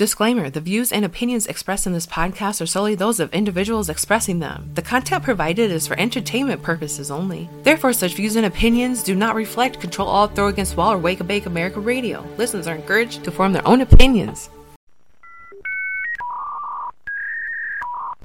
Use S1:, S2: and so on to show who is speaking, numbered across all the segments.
S1: Disclaimer The views and opinions expressed in this podcast are solely those of individuals expressing them. The content provided is for entertainment purposes only. Therefore, such views and opinions do not reflect Control All Throw Against Wall or Wake a Bake America Radio. Listeners are encouraged to form their own opinions.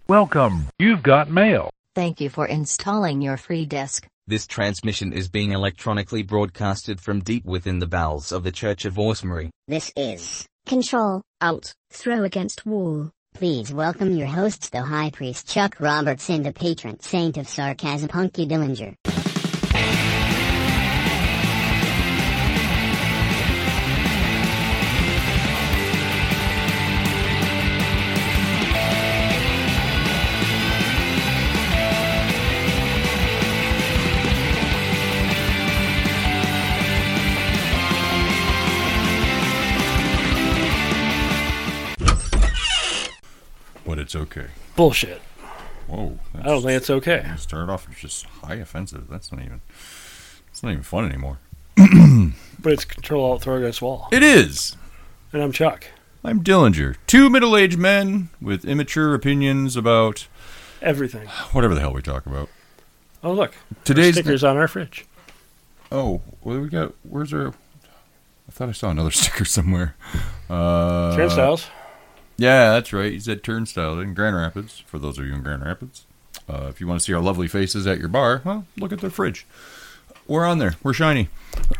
S2: Welcome. You've got mail.
S3: Thank you for installing your free disk.
S4: This transmission is being electronically broadcasted from deep within the bowels of the Church of Orsemery.
S5: This is Control Alt Throw Against Wall. Please welcome your hosts, the High Priest Chuck Roberts and the patron saint of sarcasm, Hunky Dillinger.
S6: But it's okay.
S7: Bullshit.
S6: Whoa. That's,
S7: I don't think it's okay.
S6: you Started off as just high offensive. That's not even. It's not even fun anymore.
S7: But it's control alt throw against wall.
S6: It is.
S7: And I'm Chuck.
S6: I'm Dillinger. Two middle-aged men with immature opinions about
S7: Everything.
S6: whatever the hell we talk about.
S7: Oh look.
S6: Today's
S7: stickers on our fridge.
S6: oh, well, we got. Where's our? I thought I saw another sticker somewhere. Uh,
S7: Turnstiles.
S6: Yeah, that's right. He's at Turnstile in Grand Rapids. For those of you in Grand Rapids, uh, if you want to see our lovely faces at your bar, well, look at their fridge. We're on there. We're shiny.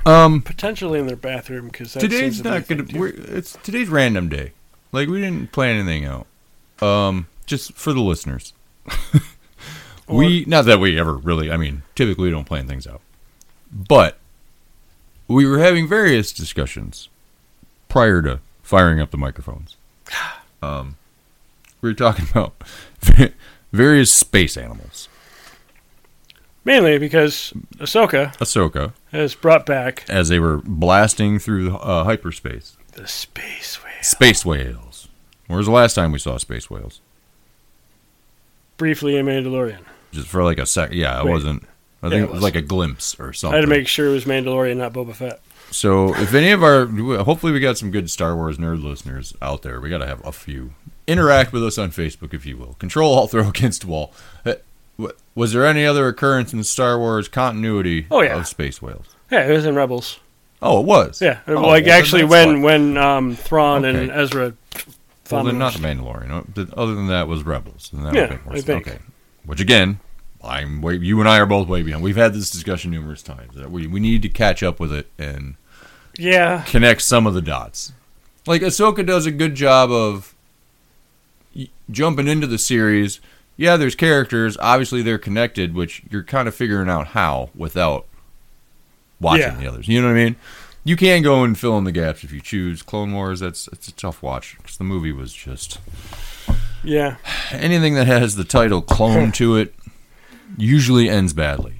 S6: Um,
S7: Potentially in their bathroom because
S6: today's not gonna. We're, it's today's random day. Like we didn't plan anything out. Um, just for the listeners. we not that we ever really. I mean, typically we don't plan things out, but we were having various discussions prior to firing up the microphones. Um, we were talking about various space animals.
S7: Mainly because Ahsoka
S6: Ahsoka,
S7: has brought back
S6: as they were blasting through uh, hyperspace,
S7: the space whale.
S6: space whales. When was the last time we saw space whales?
S7: Briefly in Mandalorian.
S6: just for like a sec. Yeah, I
S7: Wait.
S6: wasn't. I
S7: Yeah,
S6: think
S7: it
S6: it was
S7: was.
S6: like a glimpse or something.
S7: I had to make sure it was Mandalorian, not Boba Fett.
S6: so if any of our, hopefully we got some good Star Wars nerd listeners out there. We got to have a few interact with us on Facebook, if you will. Control Alt Throw Against Wall. Uh, w- Was there any other occurrence in Star Wars continuity?
S7: Oh, yeah.
S6: of space whales.
S7: Yeah, it was in Rebels.
S6: Oh, it was.
S7: Yeah.
S6: Oh, well,
S7: like
S6: then
S7: actually
S6: that's
S7: when
S6: why.
S7: when um Thrawn and
S6: Okay.
S7: Ezra
S6: well, then not
S7: Thrawn-
S6: the Mandalorian. Uh, th- Other than that, was Rebels. And that
S7: Yeah,
S6: would make more
S7: I
S6: sense.
S7: think.
S6: Okay. Which again, I'm way, you and I are both way behind. We've had this discussion numerous times. That we we need to catch up with it and
S7: Yeah.
S6: connect some of the dots. Like Ahsoka does a good job of y- jumping into the series. Yeah, there's characters. Obviously, they're connected, which you're kind of figuring out how without watching
S7: Yeah.
S6: the others. You know what I mean? You can go and fill in the gaps if you choose. Clone Wars, that's it's a tough watch because the movie was just
S7: Yeah.
S6: anything that has the title clone to it usually ends badly.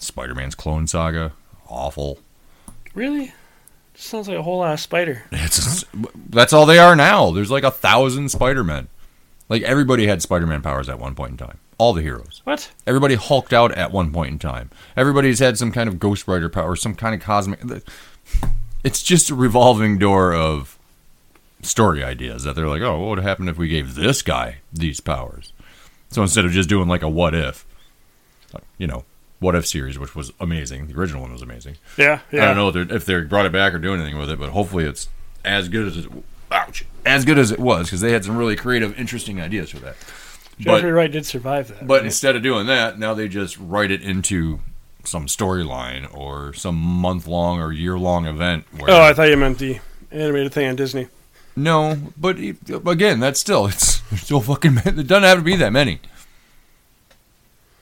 S6: Spider-Man's Clone Saga, awful.
S7: Really? Sounds like a whole lot of spider.
S6: It's that's all they are now. There's like a thousand Spider Men. Like everybody had Spider Man powers at one point in time. All the heroes.
S7: What?
S6: Everybody hulked out at one point in time. Everybody's had some kind of Ghost Rider power, or some kind of cosmic. It's just a revolving door of story ideas that they're like, oh, what would happen if we gave this guy these powers? So instead of just doing like a what if, you know, what if series, which was amazing. The original one was amazing.
S7: Yeah. Yeah.
S6: I don't know if they're, if they brought it back or do anything with it, but hopefully it's as good as it, ouch, as good as it was because they had some really creative, interesting ideas for that.
S7: Jeffrey
S6: But
S7: Wright did survive that.
S6: but instead of doing that, now they just write it into some storyline or some month long or year long event. Where,
S7: Oh, I thought you meant the animated thing on Disney.
S6: no, but it- again, that's still it's there's still fucking many. It doesn't have to be that many.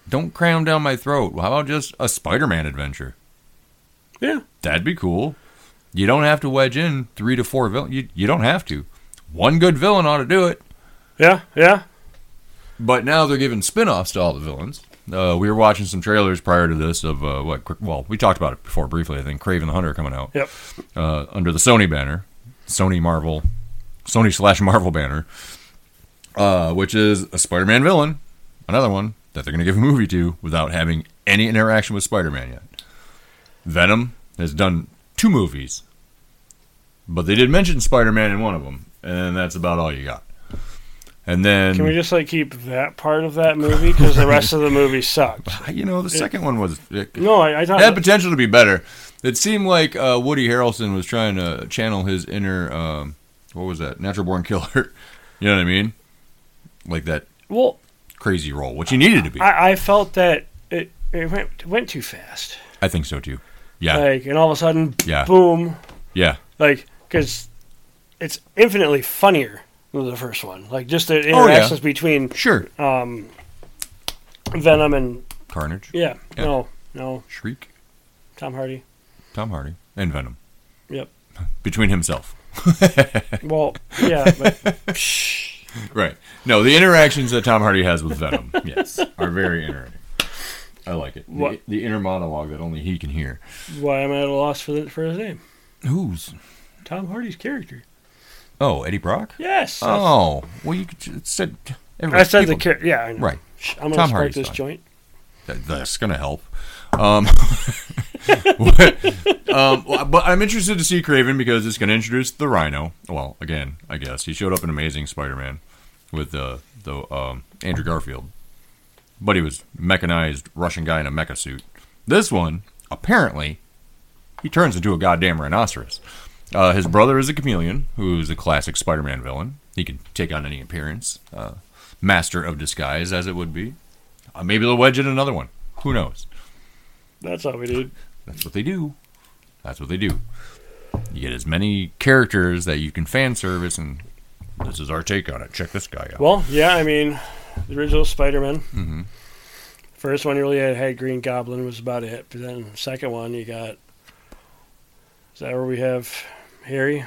S6: Don't cram down my throat. How about just a Spider-Man adventure?
S7: Yeah.
S6: That'd be cool. You don't have to wedge in three to four villain. You, you don't have to. One good villain ought to do it.
S7: Yeah, yeah.
S6: But now they're giving spin-offs to all the villains. Uh, we were watching some trailers prior to this of uh, what? Well, we talked about it before briefly. I think Craven the Hunter coming out.
S7: Yep.
S6: uh, under the Sony banner, Sony Marvel, Sony slash Marvel banner, uh, which is a Spider-Man villain, another one that they're going to give a movie to without having any interaction with Spider-Man yet. Venom has done two movies, but they did mention Spider-Man in one of them, and then that's about all you got. And then
S7: Can we just like keep that part of that movie because the rest of the movie sucked?
S6: you know the second one was it,
S7: No, I, I thought
S6: had potential to be better. It seemed like uh, Woody Harrelson was trying to channel his inner um, what was that natural born killer. you know what I mean? Like that
S7: well,
S6: crazy role, which he needed to be. I,
S7: I, I felt that it, it went it went too fast.
S6: think so too. Yeah,
S7: Like, and all of a sudden,
S6: Yeah.
S7: boom!
S6: yeah.
S7: Like, because it's infinitely funnier than the first one. Like, just the
S6: Oh, yeah.
S7: interactions between
S6: Sure.
S7: um, Venom and
S6: Carnage,
S7: yeah,
S6: Yeah.
S7: no, no,
S6: Shriek,
S7: Tom Hardy.
S6: Tom Hardy, and Venom
S7: Yep.
S6: between himself.
S7: Well, yeah, but
S6: Right. No, the interactions that Tom Hardy has with Venom, yes, are very interesting. I like it. The,
S7: What-
S6: the inner monologue that only he can hear.
S7: why am I at a loss for the, for his name?
S6: Who's?
S7: Tom Hardy's character.
S6: Oh, Eddie Brock.
S7: Yes.
S6: Oh, well, you could- it said.
S7: I, I said the
S6: people-
S7: character. Yeah, I know.
S6: Right.
S7: Shh, I'm gonna
S6: Tom
S7: spark
S6: Hardy's
S7: this
S6: fine.
S7: joint.
S6: That- That's gonna help. Um, what- um, well, but I'm interested to see Craven because it's gonna introduce the Rhino. Well, again, I guess he showed up in Amazing Spider-Man with uh, the um, Andrew Garfield, but he was mechanized Russian guy in a mecha suit. This one, apparently, he turns into a goddamn rhinoceros. Uh, his brother is a chameleon, who's a classic Spider-Man villain. He can take on any appearance. Uh, master of disguise, as it would be. Uh, maybe they'll wedge in another one. Who knows?
S7: That's all we did.
S6: That's what they do. That's what they do. You get as many characters that you can fan service, and this is our take on it. Check this guy out.
S7: Well, yeah, I mean, the original Spider-Man.
S6: Mm-hmm.
S7: First one you really had, had Green Goblin was about it, but then second one you got. Is that where we have Harry?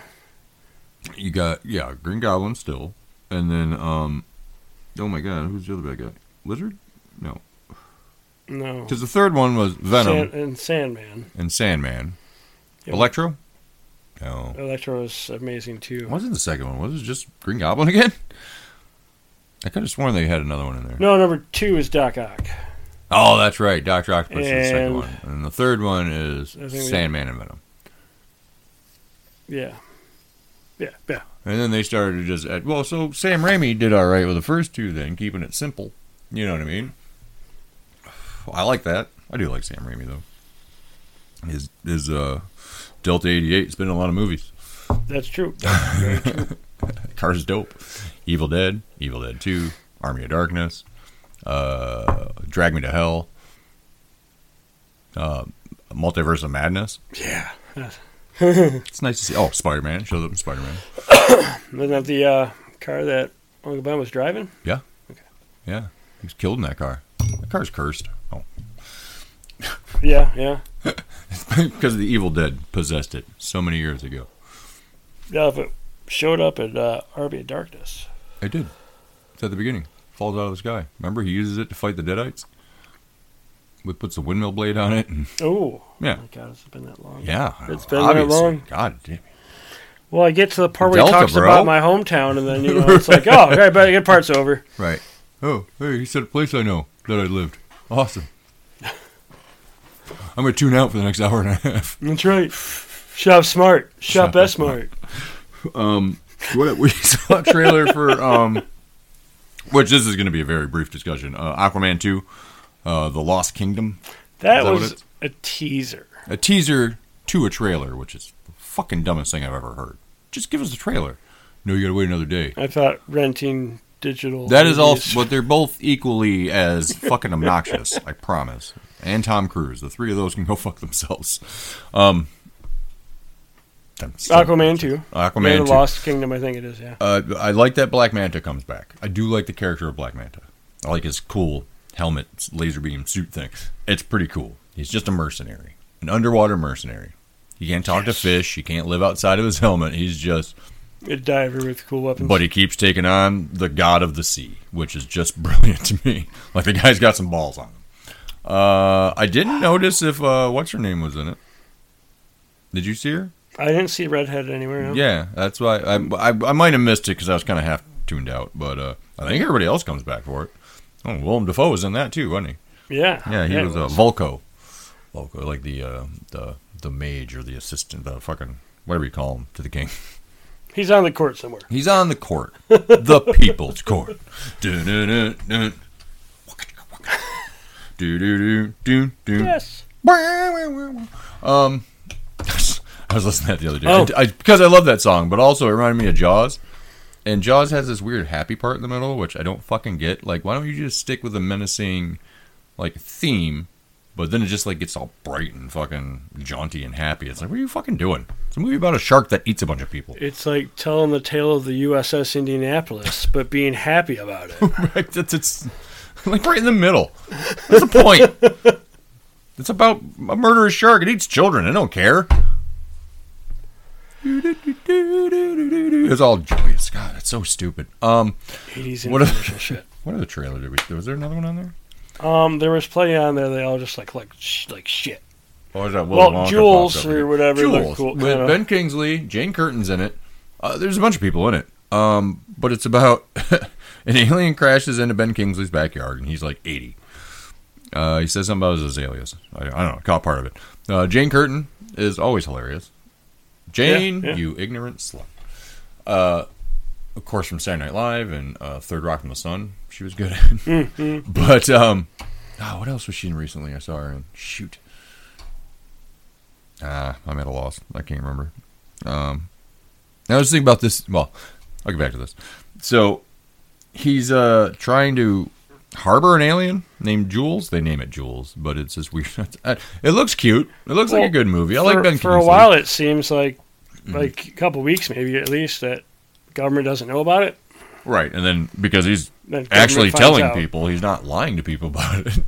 S6: you got yeah, Green Goblin still, and then um, oh my god, who's the other bad guy? Lizard? No,
S7: No.
S6: because the third one was Venom
S7: Oh. Sand, and Sandman.
S6: and Sandman.
S7: Yeah.
S6: Electro? No,
S7: Electro was amazing too.
S6: wasn't the second one. Was it just Green Goblin again? I could have sworn they had another one in there.
S7: No, number two is Doc Ock.
S6: Oh, that's right. Doctor Octopus is the second
S7: And-
S6: one, and the third one is
S7: I think we-
S6: Sandman and Venom.
S7: Yeah. Yeah, yeah.
S6: And then they started to just add, well, so Sam Raimi did all right with the first two, then keeping it simple. You know what I mean? I like that. I do like Sam Raimi though. His his uh, Delta eighty eight. It's been in a lot of movies.
S7: That's true.
S6: Cars is dope. Evil Dead, Evil Dead Two, Army of Darkness, uh, Drag Me to Hell, uh, Multiverse of Madness.
S7: yeah.
S6: It's nice to see. Oh, Spider Man shows up in Spider Man.
S7: Isn't that the uh, car that Uncle Ben was driving?
S6: Yeah. Yeah. He was killed in that car. That car's cursed. Oh.
S7: Yeah, yeah.
S6: because the Evil Dead possessed it so many years ago.
S7: Yeah, if it showed up at uh, Army of Darkness.
S6: It did. It's at the beginning. Falls out of the sky. Remember, he uses it to fight the Deadites. We puts a windmill blade on it. And,
S7: Oh,
S6: yeah.
S7: my God, it's been that long.
S6: Yeah.
S7: It's been that
S6: obviously.
S7: long.
S6: God damn.
S7: Well, I get to the part where he
S6: Delta,
S7: talks
S6: bro.
S7: about my hometown, and then you know it's like, oh, okay, but good part's over.
S6: Right. Oh, hey, he said a place I know that I lived. Awesome. I'm going to tune out for the next hour and a half.
S7: That's right. Shop smart. Shop
S6: Shop
S7: S smart.
S6: Um, What we saw a trailer for um which this is going to be a very brief discussion. Uh, Aquaman 2, uh, The Lost Kingdom.
S7: That,
S6: Is that what
S7: was
S6: it's-
S7: a teaser.
S6: a teaser to a trailer, which is the fucking dumbest thing I've ever heard. Just give us a trailer. No, you gotta wait another day.
S7: I thought renting digital.
S6: That is all,
S7: DVDs.
S6: but they're both equally as fucking obnoxious. I promise. And Tom Cruise, the three of those can go fuck themselves. Um, I'm so-
S7: Aquaman two.
S6: Aquaman
S7: The
S6: 2.
S7: Lost Kingdom, I think it is. Yeah.
S6: Uh, I like that Black Manta comes back. I do like the character of Black Manta. I like his cool helmet, laser beam suit thing. It's pretty cool. He's just a mercenary, an underwater mercenary. He can't talk to fish. He can't live outside of his helmet. He's just,
S7: A diver with cool weapons.
S6: but he keeps taking on the god of the sea, which is just brilliant to me. Like the guy's got some balls on him. Uh, I didn't notice if uh, what's her name was in it. Did you see her?
S7: I didn't see redhead anywhere. No.
S6: Yeah, that's why I I, I might have missed it because I was kind of half tuned out, but uh, I think everybody else comes back for it. Oh, Willem Dafoe was in that too, wasn't
S7: Yeah.
S6: he? Yeah, he
S7: it
S6: was, uh, Volko, Volko, like the uh, the the mage or the assistant, the fucking whatever you call him to the king.
S7: He's on the court somewhere.
S6: He's on the court, the people's court. Dun-dun-dun-dun. Do-do-do-do-do.
S7: Yes.
S6: Um, I was listening to that the other day
S7: Oh.
S6: I, I- because I love that song, but also it reminded me of Jaws. And Jaws has this weird happy part in the middle, which I don't fucking get. Like, why don't you just stick with a menacing, like theme, but then it just like gets all bright and fucking jaunty and happy. It's like, what are you fucking doing? It's a movie about a shark that eats a bunch of people.
S7: It's like telling the tale of the USS Indianapolis, but being happy about it.
S6: Right? That's it's like right in the middle. That's the point. it's about a murderous shark. It eats children. I don't care. It's all joyous. God, it's so stupid. Um,
S7: 80s
S6: What if-
S7: infomercial shit.
S6: what other trailer did we? Was there another one on there?
S7: Um, there was plenty on there. They all just like like sh- like shit.
S6: Or was that
S7: Well,
S6: Wonka
S7: Jules
S6: pops up
S7: or
S6: again?
S7: whatever looked
S6: Jules
S7: cool,
S6: with
S7: kinda.
S6: Ben Kingsley, Jane Curtin's in it. Uh, there's a bunch of people in it. Um, but it's about an alien crashes into Ben Kingsley's backyard, and he's like 80. Uh, he says something about his azaleas. I, I don't know. Caught part of it. Uh, Jane Curtin is always hilarious. Jane,
S7: yeah.
S6: you ignorant slut. Uh, of course, from Saturday Night Live and uh, Third Rock from the Sun, she was good. in.
S7: Mm-hmm.
S6: But um, oh, what else was she in recently? I saw her in. Shoot. Ah, I'm at a loss. I can't remember. Um, I was thinking about this. Well, I'll get back to this. So he's uh trying to harbor an alien named Jules. They name it Jules, but it's this weird. It looks cute. It looks like
S7: Well,
S6: a good movie. I
S7: for,
S6: like Ben
S7: for a
S6: Kingsley. Mm-hmm.
S7: while. It seems like like a couple weeks, maybe at least, that government doesn't know about it.
S6: right? And then because he's
S7: Then
S6: actually
S7: government finds
S6: telling
S7: out.
S6: people, he's not lying to people about it.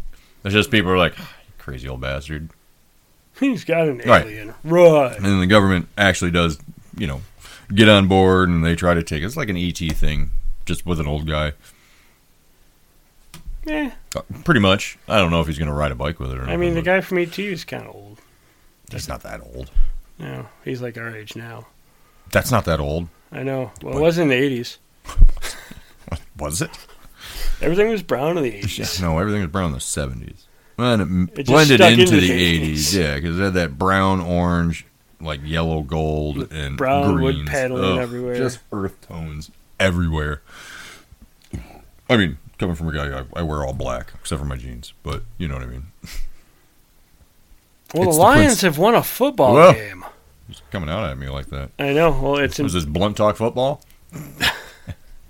S6: It's just people are like, "Ah, crazy old bastard.
S7: he's got an
S6: Right.
S7: alien. Right.
S6: and then the government actually does, you know, get on board and they try to take it's like an ET thing, just with an old guy,
S7: Eh,
S6: Uh, pretty much. I don't know if he's going to ride a bike with it or not.
S7: I mean, the
S6: but
S7: guy from ET is kind of old.
S6: he's not that old.
S7: No, he's like our age now.
S6: That's not that old,
S7: I know. Well,
S6: What?
S7: it was in the '80s.
S6: was it?
S7: Everything was brown in the '80s.
S6: No, everything was brown in the seventies. And it,
S7: It just
S6: blended
S7: stuck
S6: into,
S7: into
S6: the
S7: the
S6: eighties,
S7: 80s.
S6: yeah, because it had that brown, orange, like yellow, gold, and
S7: brown wood
S6: greens.
S7: paneling
S6: Ugh,
S7: everywhere.
S6: just earth tones everywhere. I mean, coming from a guy, I, I wear all black except for my jeans, but you know what I mean.
S7: Well,
S6: It's
S7: the
S6: the
S7: Lions
S6: Prince-
S7: have won a football
S6: Well.
S7: game.
S6: It's coming out at me like that.
S7: I know. Well, it's in,
S6: Is this blunt talk football?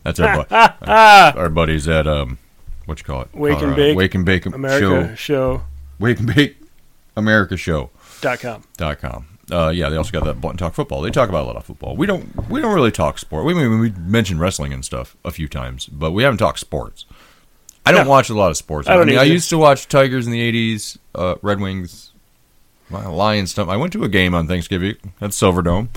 S6: That's our, bu- our buddies at um, what you call it?
S7: Wake and
S6: Colorado.
S7: Bake
S6: Wake and Bake
S7: America
S6: Show. Wake and Bake America Show dot com. Uh, yeah, they also got that blunt talk football. They talk about a lot of football. We don't we don't really talk sport. We we, we mentioned wrestling and stuff a few times, but we haven't talked sports. I don't
S7: No.
S6: watch a lot of sports.
S7: I don't
S6: mean, I
S7: either.
S6: used to watch Tigers in the '80s, uh, Red Wings, my Lions. Stuff. I went to a game on Thanksgiving at Silverdome.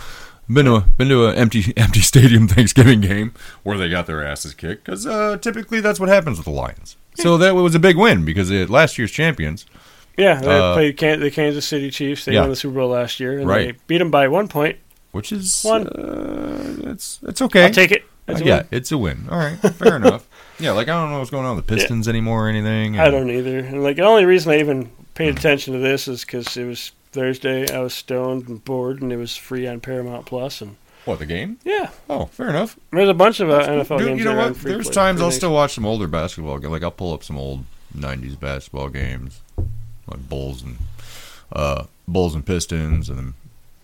S6: Been to a, been to an empty empty stadium Thanksgiving game where they got their asses kicked because uh, typically that's what happens with the Lions.
S7: Hmm.
S6: So that was a big win because they, had last year's champions
S7: Yeah, they
S6: Uh,
S7: played Can- the Kansas City Chiefs. They
S6: Yeah.
S7: won the Super Bowl last year, and
S6: Right.
S7: they beat them by one point.
S6: which is
S7: One.
S6: Uh, it's it's okay.
S7: I'll take it. That's
S6: Uh,
S7: a
S6: yeah,
S7: win.
S6: it's a win. All right, fair enough. Yeah, like I don't know what's going on with the Pistons anymore or anything.
S7: I don't either. And like the only reason I even paid
S6: Mm.
S7: attention to this is because it was Thursday. I was stoned and bored, and it was free on Paramount Plus. And
S6: What the game?
S7: yeah,
S6: Oh, fair enough.
S7: there's a bunch of uh, NFL
S6: Dude,
S7: games.
S6: you know
S7: that are on
S6: what?
S7: free
S6: There's
S7: play-
S6: times
S7: free
S6: I'll
S7: things.
S6: still watch some older basketball. ga- Like I'll pull up some old '90s basketball games, like Bulls and uh, Bulls and Pistons, and then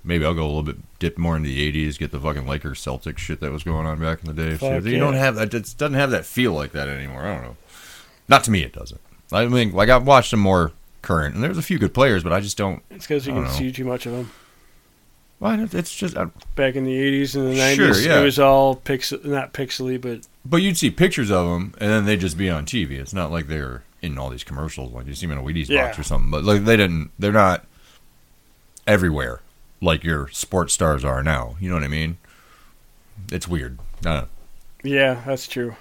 S6: maybe I'll go a little bit dip more into the '80s, get the fucking Lakers Celtics shit that was going on back in the day. So
S7: Fuck
S6: you
S7: yeah.
S6: don't have that. It doesn't have that feel like that anymore. I don't know. Not to me, it doesn't. I mean, like I've watched some more current, and there's a few good players, but I just don't.
S7: It's because you
S6: I don't
S7: can
S6: know.
S7: see too much of them.
S6: Well, it's just, I,
S7: Back in the 80s and the 90s,
S6: Sure, yeah.
S7: it was all pixel, not pixely, but
S6: but you'd see pictures of them, and then they'd just be on TV. It's not like they're in all these commercials, like you see them in a Wheaties box
S7: Yeah.
S6: or something. But like they didn't, they're not everywhere like your sports stars are now. You know what I mean? It's weird. I don't know.
S7: yeah, that's true.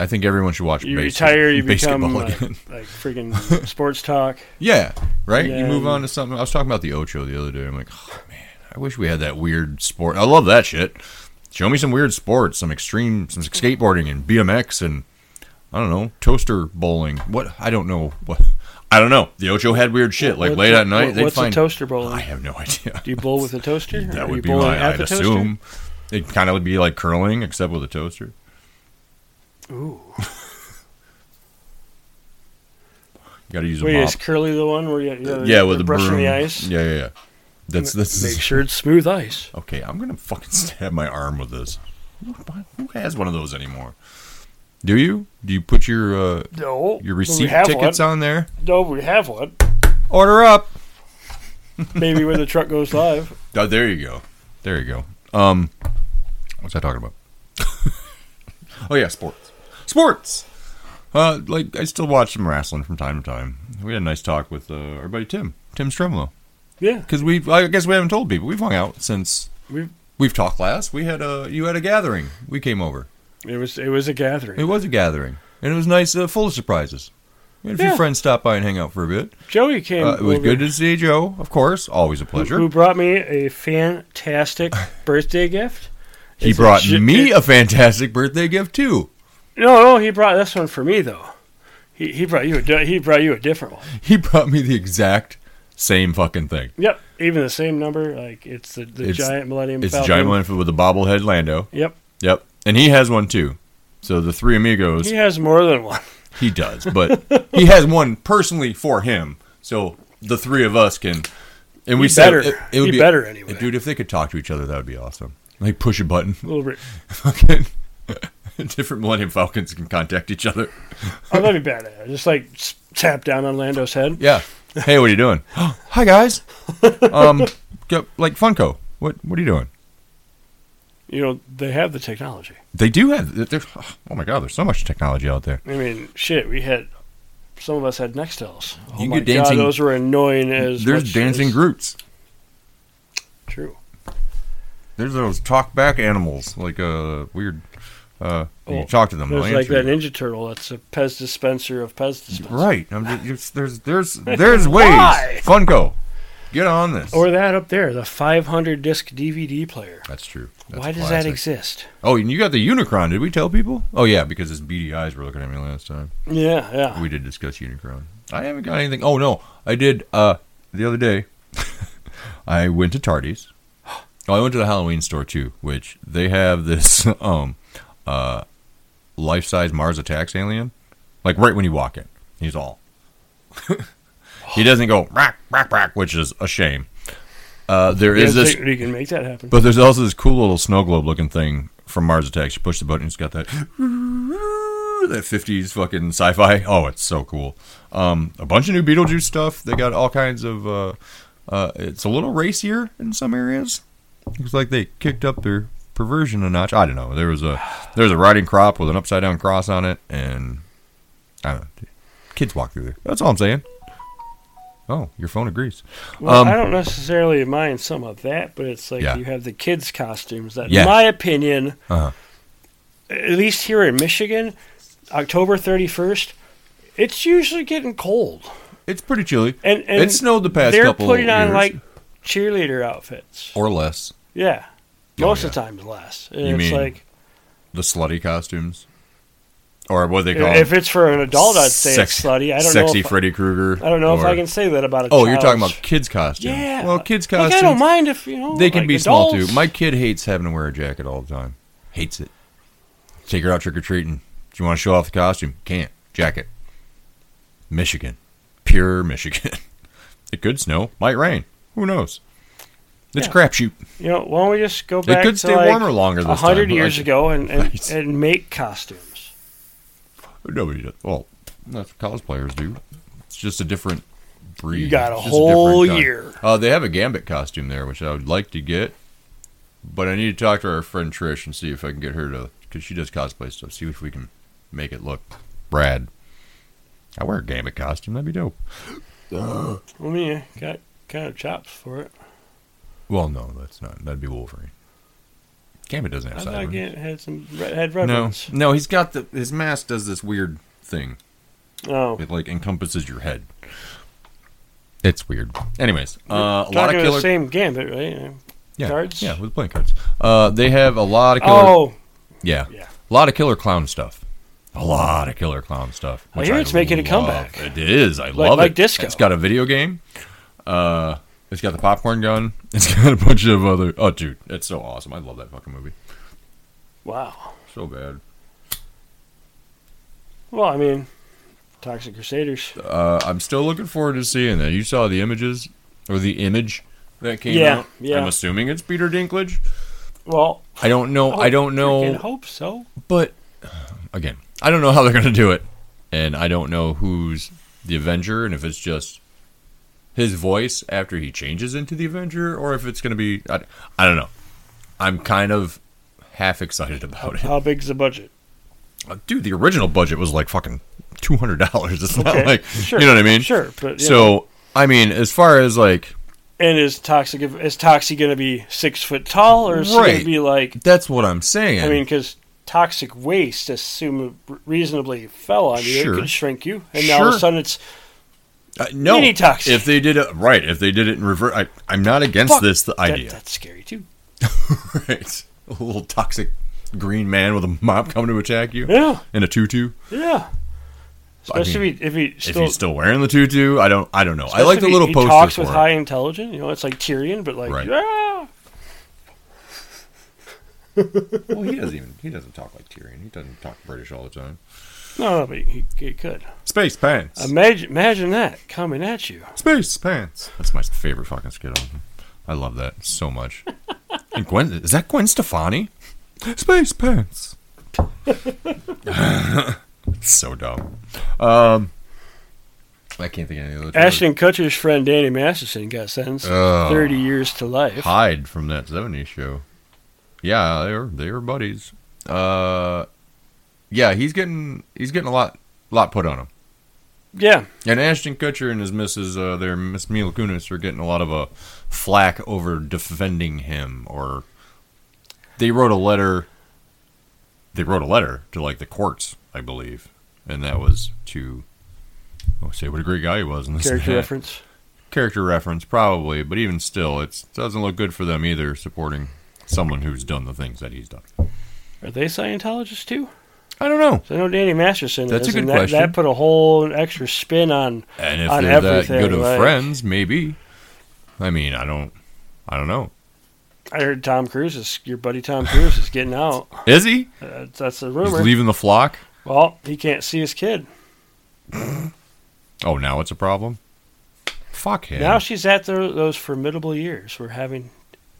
S6: I think everyone should watch.
S7: you
S6: base-
S7: retire, you become uh,
S6: basketball
S7: like,
S6: again.
S7: like freaking sports talk.
S6: yeah, right. You
S7: Yeah.
S6: move on to something. I was talking about the Ocho the other day. I'm like, oh, man, I wish we had that weird sport. I love that shit. Show me some weird sports, some extreme, some skateboarding and BMX and I don't know, toaster bowling. What I don't know. What I don't know. The Ocho had weird shit. Like
S7: What's
S6: late
S7: a-
S6: at night,
S7: what-
S6: they'd
S7: what's
S6: find.
S7: a toaster
S6: I
S7: bowling?
S6: have no idea.
S7: Do you bowl with a toaster? Are
S6: that
S7: you
S6: would be
S7: bowling
S6: my.
S7: at
S6: I'd
S7: the toaster?
S6: assume. It kind of would be like curling, except with a toaster.
S7: Ooh.
S6: You got to use a
S7: Wait,
S6: mop.
S7: is Curly the one where you, you know,
S6: yeah, with
S7: you're
S6: the
S7: brushing
S6: broom.
S7: the ice?
S6: Yeah, yeah, yeah. That's this
S7: Make
S6: is
S7: sure it's smooth ice.
S6: okay. I'm gonna fucking stab my arm with this. Who- Who has one of those anymore? Do you? Do you put your uh,
S7: No.
S6: your
S7: but
S6: receipt
S7: we have
S6: tickets
S7: one.
S6: on there?
S7: No, we have one.
S6: Order up.
S7: Maybe when the truck goes live.
S6: Oh, there you go. There you go. Um, what's I talking about? oh yeah, sports. Sports. Uh, like I still watch some wrestling from time to time. We had a nice talk with uh, our buddy Tim, Tim Stremlo,
S7: Yeah.
S6: because we I guess we haven't told people we've hung out since
S7: We
S6: we've talked last. We had a you had a gathering. We came over.
S7: it was it was a gathering.
S6: It was a gathering, and it was nice, uh, full of surprises. We had a
S7: Yeah.
S6: few friends stop by and hang out for a bit.
S7: Joey came.
S6: Uh, it was
S7: over,
S6: good to see Joe, of course, always a pleasure.
S7: Who brought me a fantastic birthday gift?
S6: he
S7: It's a
S6: brought
S7: gi-
S6: me
S7: it-
S6: a fantastic birthday gift too.
S7: No, no, he brought this one for me though. He, he brought you a di- he brought you a different one.
S6: He brought me the exact same fucking thing.
S7: Yep, even the same number. Like it's the, the
S6: It's-
S7: giant Millennium
S6: It's a
S7: Falcon.
S6: giant one with a bobblehead Lando.
S7: Yep,
S6: Yep, and he has one too. So the three amigos,
S7: he has more than one.
S6: he does, but he has one personally for him. So the three of us can, and we
S7: He
S6: said
S7: better.
S6: it, it would
S7: He
S6: be
S7: better anyway.
S6: dude. If they could talk to each other, that would be awesome. Like push a button.
S7: A little bit.
S6: fucking different Millennium Falcons can contact each other.
S7: Oh, that'd be badass. Just like s- tap down on Lando's head.
S6: Yeah. Hey, what are you doing? Hi guys. Um, go, like Funko. What What are you doing?
S7: You know they have the technology.
S6: They do have. they're- they're- oh my god, there's so much technology out there.
S7: I mean, shit. We had some of us had Nextels. Oh
S6: You can
S7: my
S6: get dancing-
S7: God, those were annoying as
S6: There's
S7: much
S6: dancing
S7: as-
S6: Groots.
S7: True.
S6: There's those talk back animals, like uh, weird. Uh, you
S7: Well,
S6: talk to them. they'll
S7: Oh, There's like
S6: answer
S7: that
S6: you.
S7: Ninja Turtle. That's a Pez dispenser of Pez dispenser.
S6: Right. I'm just, it's- there's there's there's ways.
S7: Why?
S6: Funko, get on this.
S7: Or that up there, the 500 disc DVD player.
S6: That's true. That's
S7: Why does that
S6: classic.
S7: exist?
S6: Oh, and you got the Unicron. Did we tell people? Oh yeah, because his beady eyes were looking at me last time.
S7: Yeah, yeah.
S6: We did discuss Unicron. I haven't got anything. Oh no, I did. Uh, the other day, I went to Tardy's. Oh, I went to the Halloween store too, which they have this um, uh, life-size Mars Attacks alien. Like right when you walk in, he's all. he doesn't go rack rack rack, which is a shame. Uh, there
S7: You
S6: is
S7: can
S6: this,
S7: think- you can make that happen.
S6: but there's also this cool little snow globe looking thing from Mars Attacks. You push the button, it's got that that 50s fucking sci-fi. Oh, it's so cool. Um, a bunch of new Beetlejuice stuff. They got all kinds of. Uh, uh, it's a little racier in some areas. Looks like they kicked up their perversion a notch. I don't know. There was a there was a riding crop with an upside down cross on it, and I don't. know. Kids walk through there. That's all I'm saying. Oh, your phone agrees.
S7: well,
S6: um,
S7: I don't necessarily mind some of that, but it's like
S6: Yeah.
S7: you have the kids' costumes that,
S6: Yeah.
S7: in my opinion,
S6: Uh-huh.
S7: at least here in Michigan, October 31st, it's usually getting cold.
S6: It's pretty chilly.
S7: And, and
S6: it snowed the past
S7: they're
S6: couple
S7: putting on
S6: years.
S7: like cheerleader outfits.
S6: or less.
S7: Yeah. Most of the
S6: Oh, yeah.
S7: time, less. And
S6: You
S7: it's
S6: mean-
S7: like
S6: The slutty costumes, or what they call
S7: if
S6: them?
S7: it's for an adult, I'd say
S6: Sex-
S7: it's slutty. I don't know.
S6: sexy
S7: if I-
S6: Freddy Krueger.
S7: I don't know if
S6: or-
S7: I can say that about a
S6: Oh, you're talking
S7: child's-
S6: about kids costumes.
S7: Yeah.
S6: Well, kids
S7: Like,
S6: costumes.
S7: I don't mind if you know
S6: They can
S7: like
S6: be small
S7: adults.
S6: too. My kid hates having to wear a jacket all the time. Hates it. Take her out trick or treating. Do you want to show off the costume? Can't. Jacket. Michigan. Pure Michigan. it could snow. Might rain. Who knows? It's
S7: Yeah.
S6: crapshoot.
S7: You know, why don't we just go back
S6: could
S7: to
S6: stay
S7: like
S6: warmer longer this time,
S7: hundred
S6: but I
S7: years
S6: just-
S7: ago and and,
S6: Right.
S7: and make costumes.
S6: Nobody does. Well, that's what cosplayers do. It's just a different breed.
S7: You got a
S6: It's just
S7: whole
S6: different kind.
S7: year.
S6: Uh, they have a Gambit costume there, which I would like to get, but I need to talk to our friend Trish and see if I can get her to, because she does cosplay stuff. See if we can make it look rad. I wear a Gambit costume. That'd be dope.
S7: I mean, you got kind of chops for it.
S6: Well, no, that's not. That'd be Wolverine. Gambit doesn't have
S7: I
S6: sideburns.
S7: thought it had some red, had
S6: no,
S7: reverence.
S6: no, he's got the his mask does this weird thing.
S7: Oh,
S6: It like encompasses your head. It's weird. Anyways, uh, a
S7: talking
S6: lot of
S7: about
S6: killer
S7: the same gambit, right?
S6: yeah,
S7: cards?
S6: Yeah, with playing cards. Uh, they have a lot of killer.
S7: Oh,
S6: yeah,
S7: yeah.
S6: a lot of killer clown stuff. A lot of killer clown stuff.
S7: I
S6: which
S7: hear it's making a
S6: love.
S7: comeback.
S6: It is. I
S7: Like-
S6: love
S7: like
S6: it.
S7: disco.
S6: It's got a video game. Uh, It's got the popcorn gun. It's got a bunch of other. Oh, dude, that's so awesome! I love that fucking movie
S7: Wow.
S6: so bad.
S7: Well, I mean, Toxic Crusaders.
S6: Uh, I'm still looking forward to seeing that. You saw the images or the image that came
S7: Yeah,
S6: out.
S7: yeah.
S6: I'm assuming it's Peter Dinklage.
S7: Well,
S6: I don't know. I don't
S7: Oh, freaking
S6: know.
S7: hope so.
S6: But again, I don't know how they're going to do it, and I don't know who's the Avenger, and if it's just his voice after he changes into the Avenger, or if it's going to be. I, I don't know. I'm kind of half excited about it.
S7: How big's the budget?
S6: Uh, dude, the original budget was like fucking two hundred dollars. It's not
S7: Okay,
S6: like
S7: sure,
S6: you know what I mean.
S7: sure, but, you
S6: so I mean, as far as like
S7: And is Toxic is Toxic going to be six foot tall, or is he going
S6: Right.
S7: to be like?
S6: that's what I'm saying.
S7: I mean, because toxic waste, assume reasonably fell on you,
S6: Sure.
S7: it could shrink you, and now all of a
S6: Sure.
S7: sudden it's
S6: Uh, no,
S7: mini toxic.
S6: if they did it right, if they did it in reverse, I, I'm not against
S7: fuck,
S6: this th-
S7: that-
S6: idea.
S7: that's scary too.
S6: right, a little toxic green man with a mop coming to attack you
S7: Yeah,
S6: in a tutu.
S7: yeah.
S6: I mean,
S7: Especially if he if he
S6: if
S7: still.
S6: he's still wearing the tutu, I don't. I don't know. I like the
S7: especially if
S6: little
S7: he,
S6: poster
S7: He talks
S6: for
S7: with
S6: it.
S7: high intelligence. You know, it's like Tyrion, but like
S6: Right.
S7: "Ah!"
S6: Well, he doesn't even. He doesn't talk like Tyrion. He doesn't talk British all the time.
S7: no, no, but he, he could.
S6: Space pants.
S7: Imagine, imagine that coming at you.
S6: Space pants. That's my favorite fucking skit on. I love that so much. and Gwen is that Gwen Stefani? Space pants. so dumb. Um, I can't think of any other.
S7: Ashton Kutcher's friend Danny Masterson got sentenced
S6: Ugh.
S7: thirty years to life.
S6: Hide from that '70s show. Yeah, they were they were buddies. Uh, yeah, he's getting he's getting a lot lot put on him.
S7: Yeah,
S6: And Ashton Kutcher and his missus, uh, their Miss Mila Kunis, are getting a lot of uh, flack over defending him. Or they wrote a letter. They wrote a letter to like the courts, I believe, and that was to oh, say what a great guy he was. And this and
S7: character
S6: that.
S7: reference.
S6: character reference, probably. But even still, it doesn't look good for them either. Supporting someone who's done the things that he's done.
S7: Are they Scientologists too?
S6: I don't know.
S7: 'Cause I know Danny Masterson
S6: That's a
S7: is, and
S6: good
S7: that,
S6: question.
S7: That put a whole extra spin on.
S6: And if
S7: on
S6: they're that
S7: everything,
S6: good of
S7: like-
S6: friends, maybe. I mean, I don't. I don't know.
S7: I heard Tom Cruise is your buddy. Tom Cruise is getting out.
S6: Is he?
S7: Uh, that's a
S6: He's
S7: rumor.
S6: leaving the flock.
S7: Well, he can't see his kid
S6: Oh, now it's a problem. Fuck him.
S7: now. She's at tho- those formidable years. We're having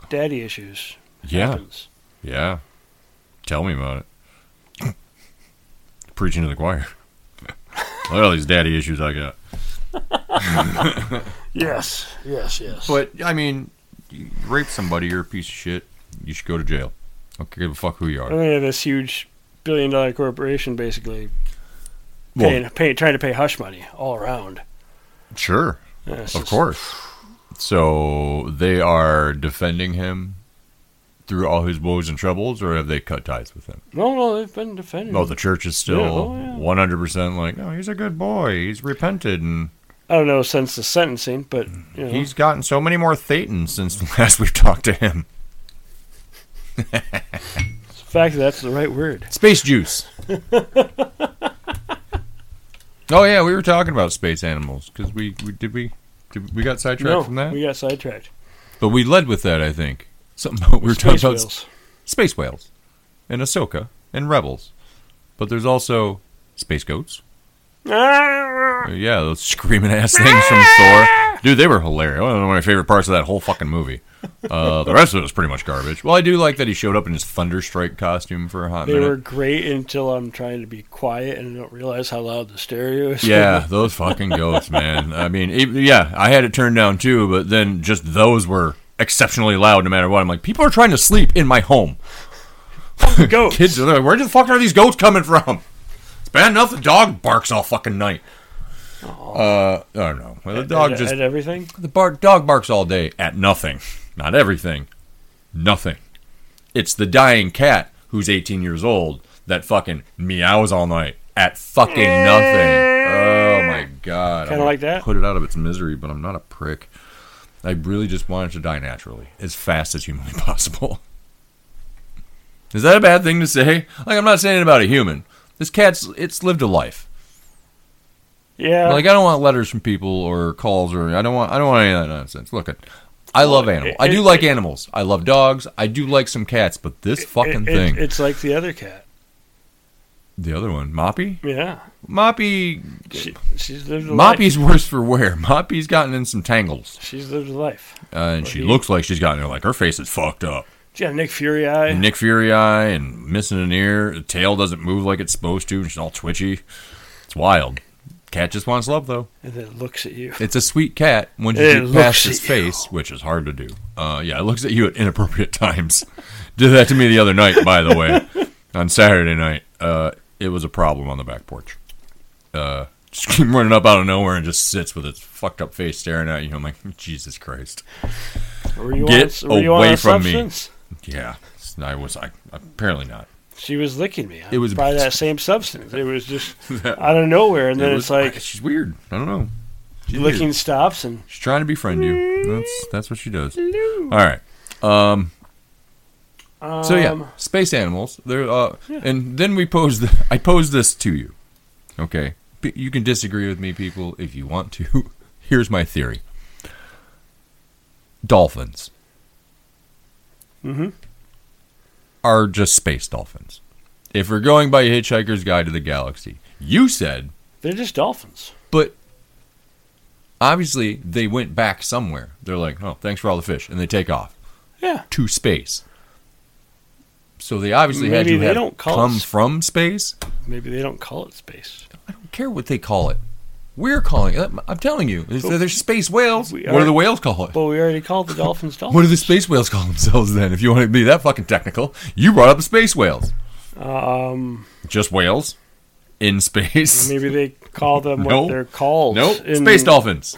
S7: daddy issues.
S6: Yeah.
S7: Happens.
S6: yeah. Tell me about it. Preaching to the choir. Look at all these daddy issues I got.
S7: Yes. Yes. Yes.
S6: But I mean, you rape somebody, you're a piece of shit. You should go to jail. I don't give a fuck who you
S7: I
S6: are.
S7: mean, they have this huge billion-dollar corporation basically
S6: Well-
S7: paying, pay, trying to pay hush money all around.
S6: Sure,
S7: Yeah, it's
S6: of
S7: just-
S6: course. So they are defending him through all his woes and troubles, or have they cut ties with him?
S7: No, no, they've been defending.
S6: No,
S7: him.
S6: the church is still
S7: oh, Hmm. yeah.
S6: one hundred percent like, no, he's a good boy. He's repented and
S7: I don't know since the sentencing, but you know,
S6: He's gotten so many more thetans since the last we've talked to him.
S7: it's the fact that that's the right word.
S6: Space juice. oh yeah, we were talking about space animals because we, we did we did we got sidetracked
S7: no,
S6: from that,
S7: we got sidetracked.
S6: but we led with that I think. Something about, we were
S7: Space
S6: talking about
S7: whales.
S6: space whales and Ahsoka and Rebels, but there's also space goats.
S7: Ah!
S6: Uh, Yeah, those screaming ass things from Thor. Dude, they were hilarious. One of my favorite parts of that whole fucking movie. Uh, the rest of it was pretty much garbage. Well, I do like that he showed up in his Thunderstrike costume for a hot
S7: They
S6: minute.
S7: were great until I'm trying to be quiet and I don't realize how loud the stereo is.
S6: Yeah, those fucking goats, man. I mean, even, yeah, I had it turned down too, but then just those were exceptionally loud no matter what. I'm like, people are trying to sleep in my home.
S7: Goats.
S6: Kids are like, where the fuck are these goats coming from? It's bad enough the dog barks all fucking night. Uh, I don't know. Well, the dog
S7: at,
S6: just
S7: at everything.
S6: The bar- dog barks all day at nothing. Not everything. Nothing. It's the dying cat who's 18 years old that fucking meows all night at fucking nothing. Oh my god.
S7: Kinda
S6: I
S7: like that?
S6: Put it out of its misery, but I'm not a prick. I really just want it to die naturally as fast as humanly possible. Is that a bad thing to say? Like I'm not saying it about a human. This cat's it's lived a life.
S7: Yeah.
S6: Like I don't want letters from people or calls or I don't want I don't want any of that nonsense. Look, I love animals. I do
S7: it-
S6: like
S7: it-
S6: animals. I love dogs. I do like some cats, but this fucking
S7: It- it-
S6: thing,
S7: it's like the other cat.
S6: the other one, Moppy,
S7: Yeah.
S6: Moppy,
S7: She, she's lived a life.
S6: Moppy's worse for wear. Moppy's gotten in some tangles,
S7: She's lived a life.
S6: uh, and she
S7: he-
S6: looks like she's gotten there. Like her face is fucked up.
S7: She got a Nick Fury eye.
S6: Nick Fury eye and missing an ear. The tail doesn't move like it's supposed to, and she's all twitchy. It's wild. Cat just wants love though.
S7: and then looks at you.
S6: It's a sweet cat once
S7: It
S6: you get
S7: looks
S6: past his
S7: at you.
S6: face, which is hard to do. Uh, yeah, it looks at you at inappropriate times. Did that to me the other night, by the way, on Saturday night. Uh, it was a problem on the back porch. Uh, just came running up out of nowhere and just sits with its fucked up face staring at you. I'm like, Jesus Christ.
S7: Were you
S6: Get
S7: on, were you on
S6: away
S7: a
S6: from me.
S7: substance?
S6: Yeah, I was. I apparently not.
S7: She was licking me.
S6: It
S7: It
S6: was-
S7: was by that same substance. It was just out of nowhere, and then
S6: It was-
S7: it's like
S6: she's weird. I don't know. She's weird.
S7: licking stops, and
S6: She's trying to befriend you. That's that's what she does. All right. Um,
S7: um,
S6: So yeah, space animals. They're uh, and then we pose. The, I pose this to you. Okay, P- you can disagree with me, people, if you want to. Here's my theory. Dolphins
S7: Mhm.
S6: are just space dolphins. If we're going by Hitchhiker's Guide to the Galaxy, you said,
S7: they're just dolphins.
S6: but obviously they went back somewhere. They're like, oh, thanks for all the fish, and they take off
S7: Yeah,
S6: to space. So they obviously had
S7: Maybe
S6: to
S7: they
S6: have
S7: don't call
S6: come
S7: us-
S6: from space.
S7: maybe they don't call it space.
S6: I don't care what they call it. We're calling it. I'm telling you, there's, there's space whales.
S7: We
S6: What do
S7: are-
S6: the whales call it?
S7: But we already called the dolphins dolphins.
S6: What do the space whales call themselves then? If you want to be that fucking technical, you brought up the space whales.
S7: Um,
S6: Just whales in space.
S7: maybe they call them what
S6: No.
S7: they're called.
S6: Nope.
S7: in-
S6: Space dolphins.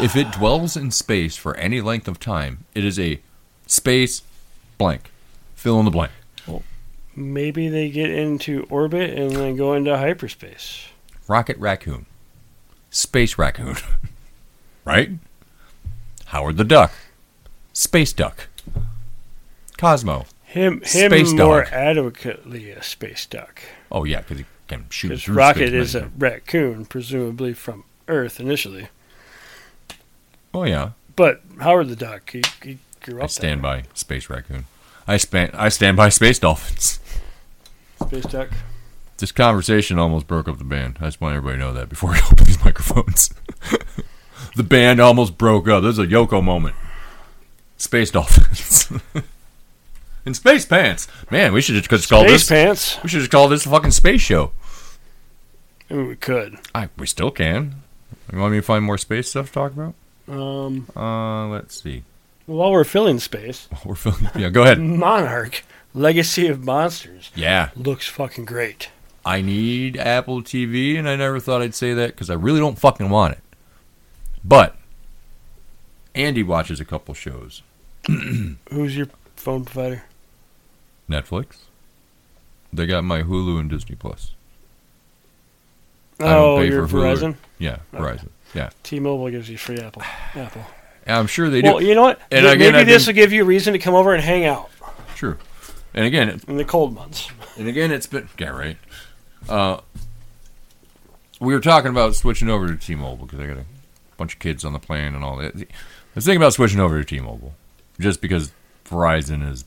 S6: if it dwells in space for any length of time, it is a space blank. Fill in the blank.
S7: Maybe they get into orbit and then go into hyperspace.
S6: Rocket Raccoon. Space Raccoon. right? Howard the Duck. Space Duck. Cosmo.
S7: Him, him
S6: Space
S7: more
S6: dog.
S7: adequately a space duck.
S6: Oh, yeah, because he can shoot
S7: Because
S6: through
S7: Rocket
S6: space
S7: is a
S6: medicine.
S7: raccoon, presumably from Earth initially.
S6: Oh, yeah.
S7: But Howard the Duck, he, he grew up.
S6: I stand
S7: that
S6: by Space Raccoon. I, span- I stand by Space Dolphins.
S7: way. Space Duck.
S6: This conversation almost broke up the band. I just want everybody to know that before we open these microphones. the band almost broke up. This is a Yoko moment. Space Dolphins. and Space Pants. Man, we should just just call
S7: Space
S6: this
S7: pants.
S6: We should just call this a fucking space show.
S7: I mean, we could.
S6: I we still can. You want me to find more space stuff to talk about?
S7: Um,
S6: Uh, let's see.
S7: while we're filling space,
S6: We're filming. Yeah, go ahead.
S7: Monarch: Legacy of Monsters
S6: Yeah,
S7: looks fucking great.
S6: I need Apple TV, and I never thought I'd say that because I really don't fucking want it. But Andy watches a couple shows.
S7: Who's your phone provider?
S6: Netflix. They got my Hulu and Disney Plus. I don't
S7: Oh,
S6: pay
S7: your
S6: for Hulu.
S7: Verizon.
S6: Yeah, Verizon. Yeah,
S7: T-Mobile gives you free Apple. Apple.
S6: And I'm sure they do.
S7: Well, you know what?
S6: And
S7: Th-
S6: again,
S7: Maybe
S6: I've
S7: this
S6: been-
S7: will give you a reason to come over and hang out
S6: True. And again,
S7: in the cold months.
S6: And again, it's been yeah right. Uh, we were talking about switching over to T-Mobile because I got a bunch of kids on the plane and all that. I was thinking about switching over to T-Mobile just because Verizon is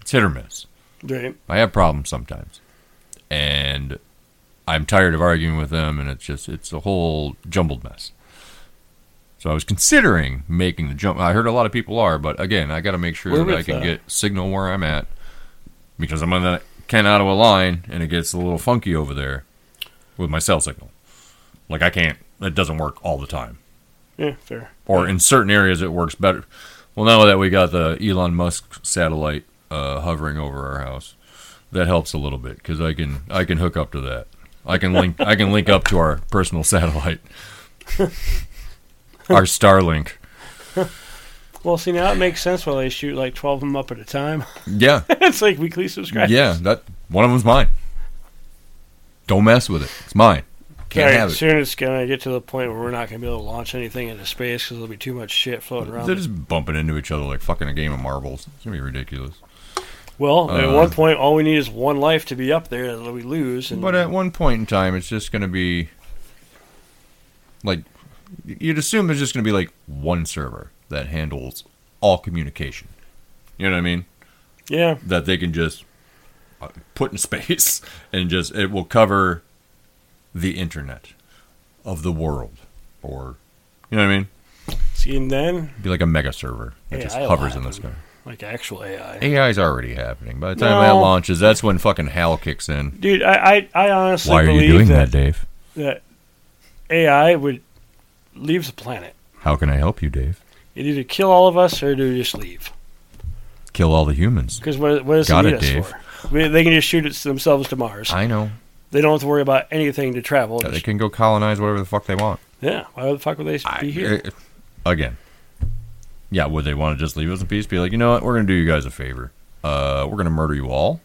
S6: it's hit or miss.
S7: Right.
S6: I have problems sometimes, and I'm tired of arguing with them, and it's just it's a whole jumbled mess. So I was considering making the jump. I heard a lot of people are, but again, I got to make sure
S7: We're
S6: that I
S7: with,
S6: can
S7: uh,
S6: get signal where I'm at because I'm on the Ken Ottawa line, and it gets a little funky over there with my cell signal. Like I can't. It doesn't work all the time
S7: Yeah, fair.
S6: or in certain areas it works better. Well, now that we got the Elon Musk satellite uh, hovering over our house, that helps a little bit because I can I can hook up to that. I can link I can link up to our personal satellite, our Starlink.
S7: Well, see, now it makes sense why they shoot like 12 of them up at a time.
S6: Yeah,
S7: it's like weekly subscribers.
S6: yeah. That one of them's mine. Don't mess with it. It's mine. Can't
S7: Alright,
S6: have it.
S7: Soon it's going to get to the point where we're not going to be able to launch anything into space because there'll be too much shit floating around.
S6: They're just bumping into each other like fucking a game of marbles. It's gonna be ridiculous.
S7: Well, at
S6: Uh,
S7: one point, all we need is one life to be up there that we lose. And
S6: But uh, at one point in time, it's just going to be like you'd assume there's just going to be like one server that handles all communication. You know what I mean?
S7: yeah,
S6: That they can just uh, put in space and just it will cover the internet of the world, or you know what I mean?
S7: see, and then
S6: It'd be like a mega server that
S7: Yeah,
S6: just
S7: that'll
S6: hovers in the
S7: happen.
S6: sky.
S7: like actual AI,
S6: AI is already happening. By the time that
S7: No.
S6: launches, that's when fucking HAL kicks in.
S7: dude. I I, I honestly
S6: Why are
S7: believe
S6: you doing
S7: that,
S6: that, Dave?
S7: that AI would leave the planet.
S6: How can I help you, Dave?
S7: It either kill all of us or do just leave.
S6: Kill all the humans.
S7: Because what, what does
S6: Got
S7: it need
S6: it,
S7: us
S6: Dave.
S7: for? We, they can just shoot it themselves to Mars.
S6: I know.
S7: they don't have to worry about anything to travel.
S6: They
S7: Just-
S6: can go colonize whatever the fuck they want.
S7: yeah, why the fuck would they be here?
S6: Eh, Again. Yeah, would they want to just leave us in peace? Be like, you know what? We're going to do you guys a favor. Uh, we're going to murder you all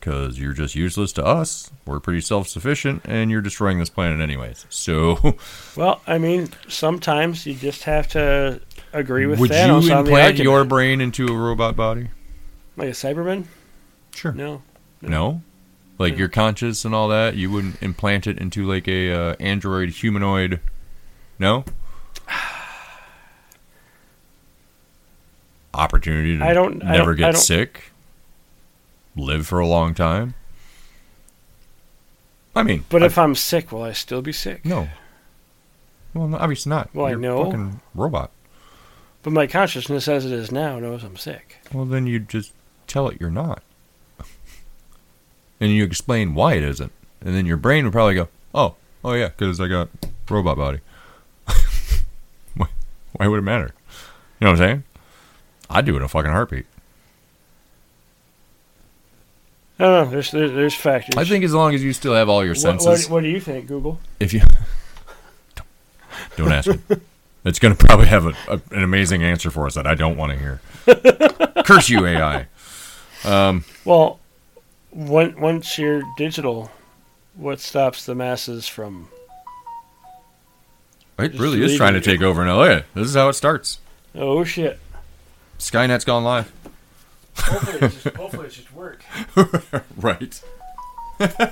S6: because you're just useless to us. We're pretty self sufficient and you're destroying this planet, anyways. So,
S7: Well, I mean, sometimes you just have to agree with
S6: would
S7: Thanos
S6: you
S7: on the
S6: implant
S7: argument.
S6: your brain into a robot body?
S7: like a Cyberman?
S6: Sure.
S7: No.
S6: No? Like your conscious and all that, you wouldn't implant it into like a uh, android humanoid. No. Opportunity to
S7: I don't- I
S6: never
S7: don't-
S6: get
S7: I don't-
S6: sick. Live for a long time. I mean,
S7: But
S6: I-
S7: if I'm sick, will I still be sick?
S6: no. Well, no, obviously not.
S7: Well, I
S6: You're a
S7: know.
S6: Fucking robot.
S7: But my consciousness, as it is now, knows I'm sick.
S6: Well, then you just tell it you're not. And you explain why it isn't. And then your brain would probably go, oh, oh yeah, because I got robot body. why, why would it matter? You know what I'm saying? I'd do it in a fucking heartbeat.
S7: No, no, there's there's, there's factors.
S6: I think as long as you still have all your
S7: What,
S6: senses,
S7: what, what do you think, Google?
S6: if you don't ask me, it's going to probably have a, a, an amazing answer for us that I don't want to hear. Curse you, AI.
S7: Well, when, once you're digital, what stops the masses from?
S6: It
S7: Just
S6: really is
S7: leave
S6: trying to
S7: it.
S6: take over in LA. This is how it starts.
S7: Oh shit!
S6: Skynet's gone live.
S7: Hopefully, it's just, hopefully it's just work.
S6: Right.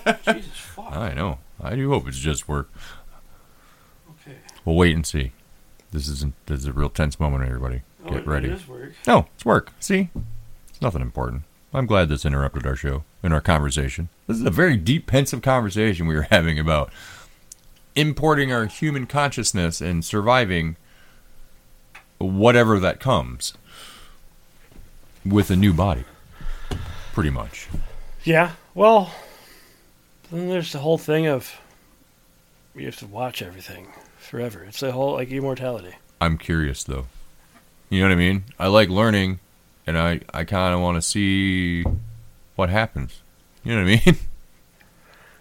S7: Jesus fuck.
S6: I know. I do hope it's just work.
S7: Okay.
S6: We'll wait and see. This isn't. This is a real tense moment, everybody. Get ready.
S7: Oh, work.
S6: No, it's work. See, it's nothing important. I'm glad this interrupted our show and our conversation. This is a very deep, pensive conversation we were having about importing our human consciousness and surviving whatever that comes with a new body. Pretty much.
S7: Yeah. Well, then there's the whole thing of you have to watch everything forever. It's the whole like immortality.
S6: I'm curious though. You know what I mean? I like learning, and I I kind of want to see what happens. You know what I mean?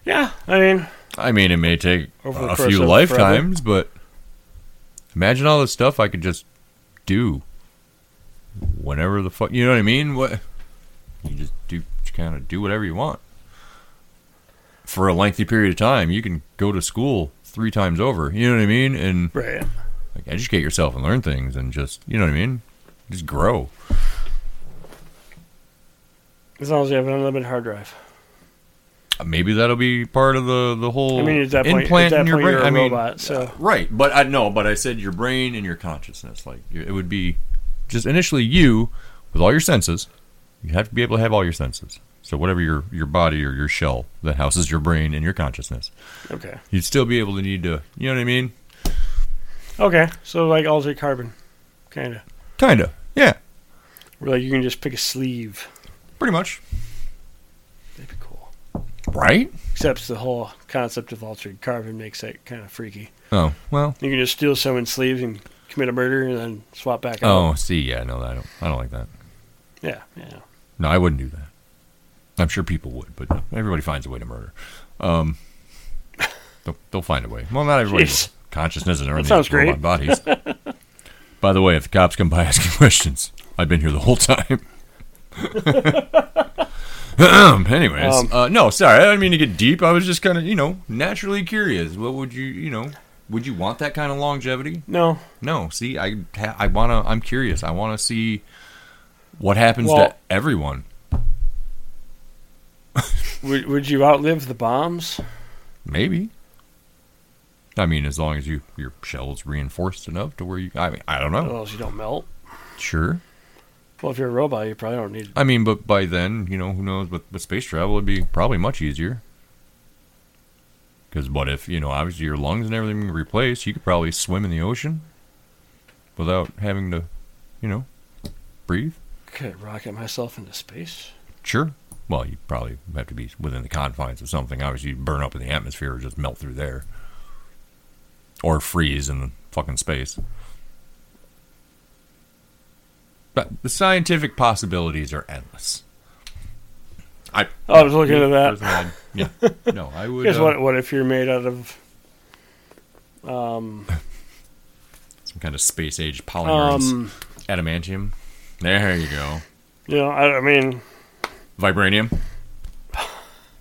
S7: Yeah. I mean,
S6: I mean, it may take
S7: Over the
S6: a
S7: course
S6: few
S7: of
S6: lifetimes, but imagine all the stuff I could just do whenever the fuck. You know what I mean? What you just do, kind of do whatever you want for a lengthy period of time. You can go to school three times over. You know what I mean? And
S7: right.
S6: like educate yourself and learn things and just you know what I mean? Just grow.
S7: As long as you have an unlimited hard drive.
S6: Uh, Maybe that'll be part of the the whole
S7: I mean, at that point, at
S6: implant
S7: that
S6: in your
S7: point,
S6: brain.
S7: you're a
S6: I mean,
S7: robot. So
S6: right? But I no, but I said your brain and your consciousness. Like you- it would be just initially you with all your senses. You have to be able to have all your senses. So whatever your your body or your shell that houses your brain and your consciousness,
S7: okay.
S6: you'd still be able to need to. You know what I mean?
S7: Okay. So like altered carbon, kind of.
S6: Kinda. Yeah.
S7: Where like you can just pick a sleeve.
S6: Pretty much.
S7: That'd be cool.
S6: Right.
S7: Except the whole concept of altered carbon makes that kind of freaky.
S6: Oh well.
S7: You can just steal someone's sleeves and commit a murder and then swap back. out.
S6: Oh, see, yeah, no, I don't. I don't like that.
S7: Yeah. Yeah.
S6: No, I wouldn't do that. I'm sure people would, but everybody finds a way to murder. Um, they'll, they'll find a way. Well, not everybody.
S7: Jeez.
S6: will. Consciousness and everything.
S7: sounds
S6: is robot
S7: great.
S6: Bodies. By the way, if the cops come by asking questions, I've been here the whole time. Anyways,
S7: Um,
S6: uh, no, sorry, I didn't mean to get deep. I was just kind of, you know, naturally curious. What would you, you know, would you want that kind of longevity?
S7: No.
S6: No, see, I ha- I wanna, I'm curious. I wanna see what happens
S7: Well-
S6: to everyone.
S7: Would, would you outlive the bombs?
S6: Maybe. I mean, as long as you your shell's reinforced enough to where you. I mean, I don't know.
S7: Well, as you don't melt.
S6: Sure.
S7: Well, if you're a robot, you probably don't need.
S6: I mean, but by then, you know, who knows? With, with space travel, it'd be probably much easier. Because what if, you know, obviously your lungs and everything were replaced? You could probably swim in the ocean without having to, you know, breathe.
S7: Could I rocket myself into space?
S6: Sure. Well, you probably have to be within the confines of something. Obviously, you burn up in the atmosphere or just melt through there. Or freeze in the fucking space. But the scientific possibilities are endless. I,
S7: Oh, I was looking at that.
S6: Yeah. No, I would.
S7: Because
S6: uh,
S7: what, what if you're made out of um,
S6: some kind of space age polymers.
S7: um
S6: Adamantium. There you go.
S7: you know I, I mean
S6: Vibranium.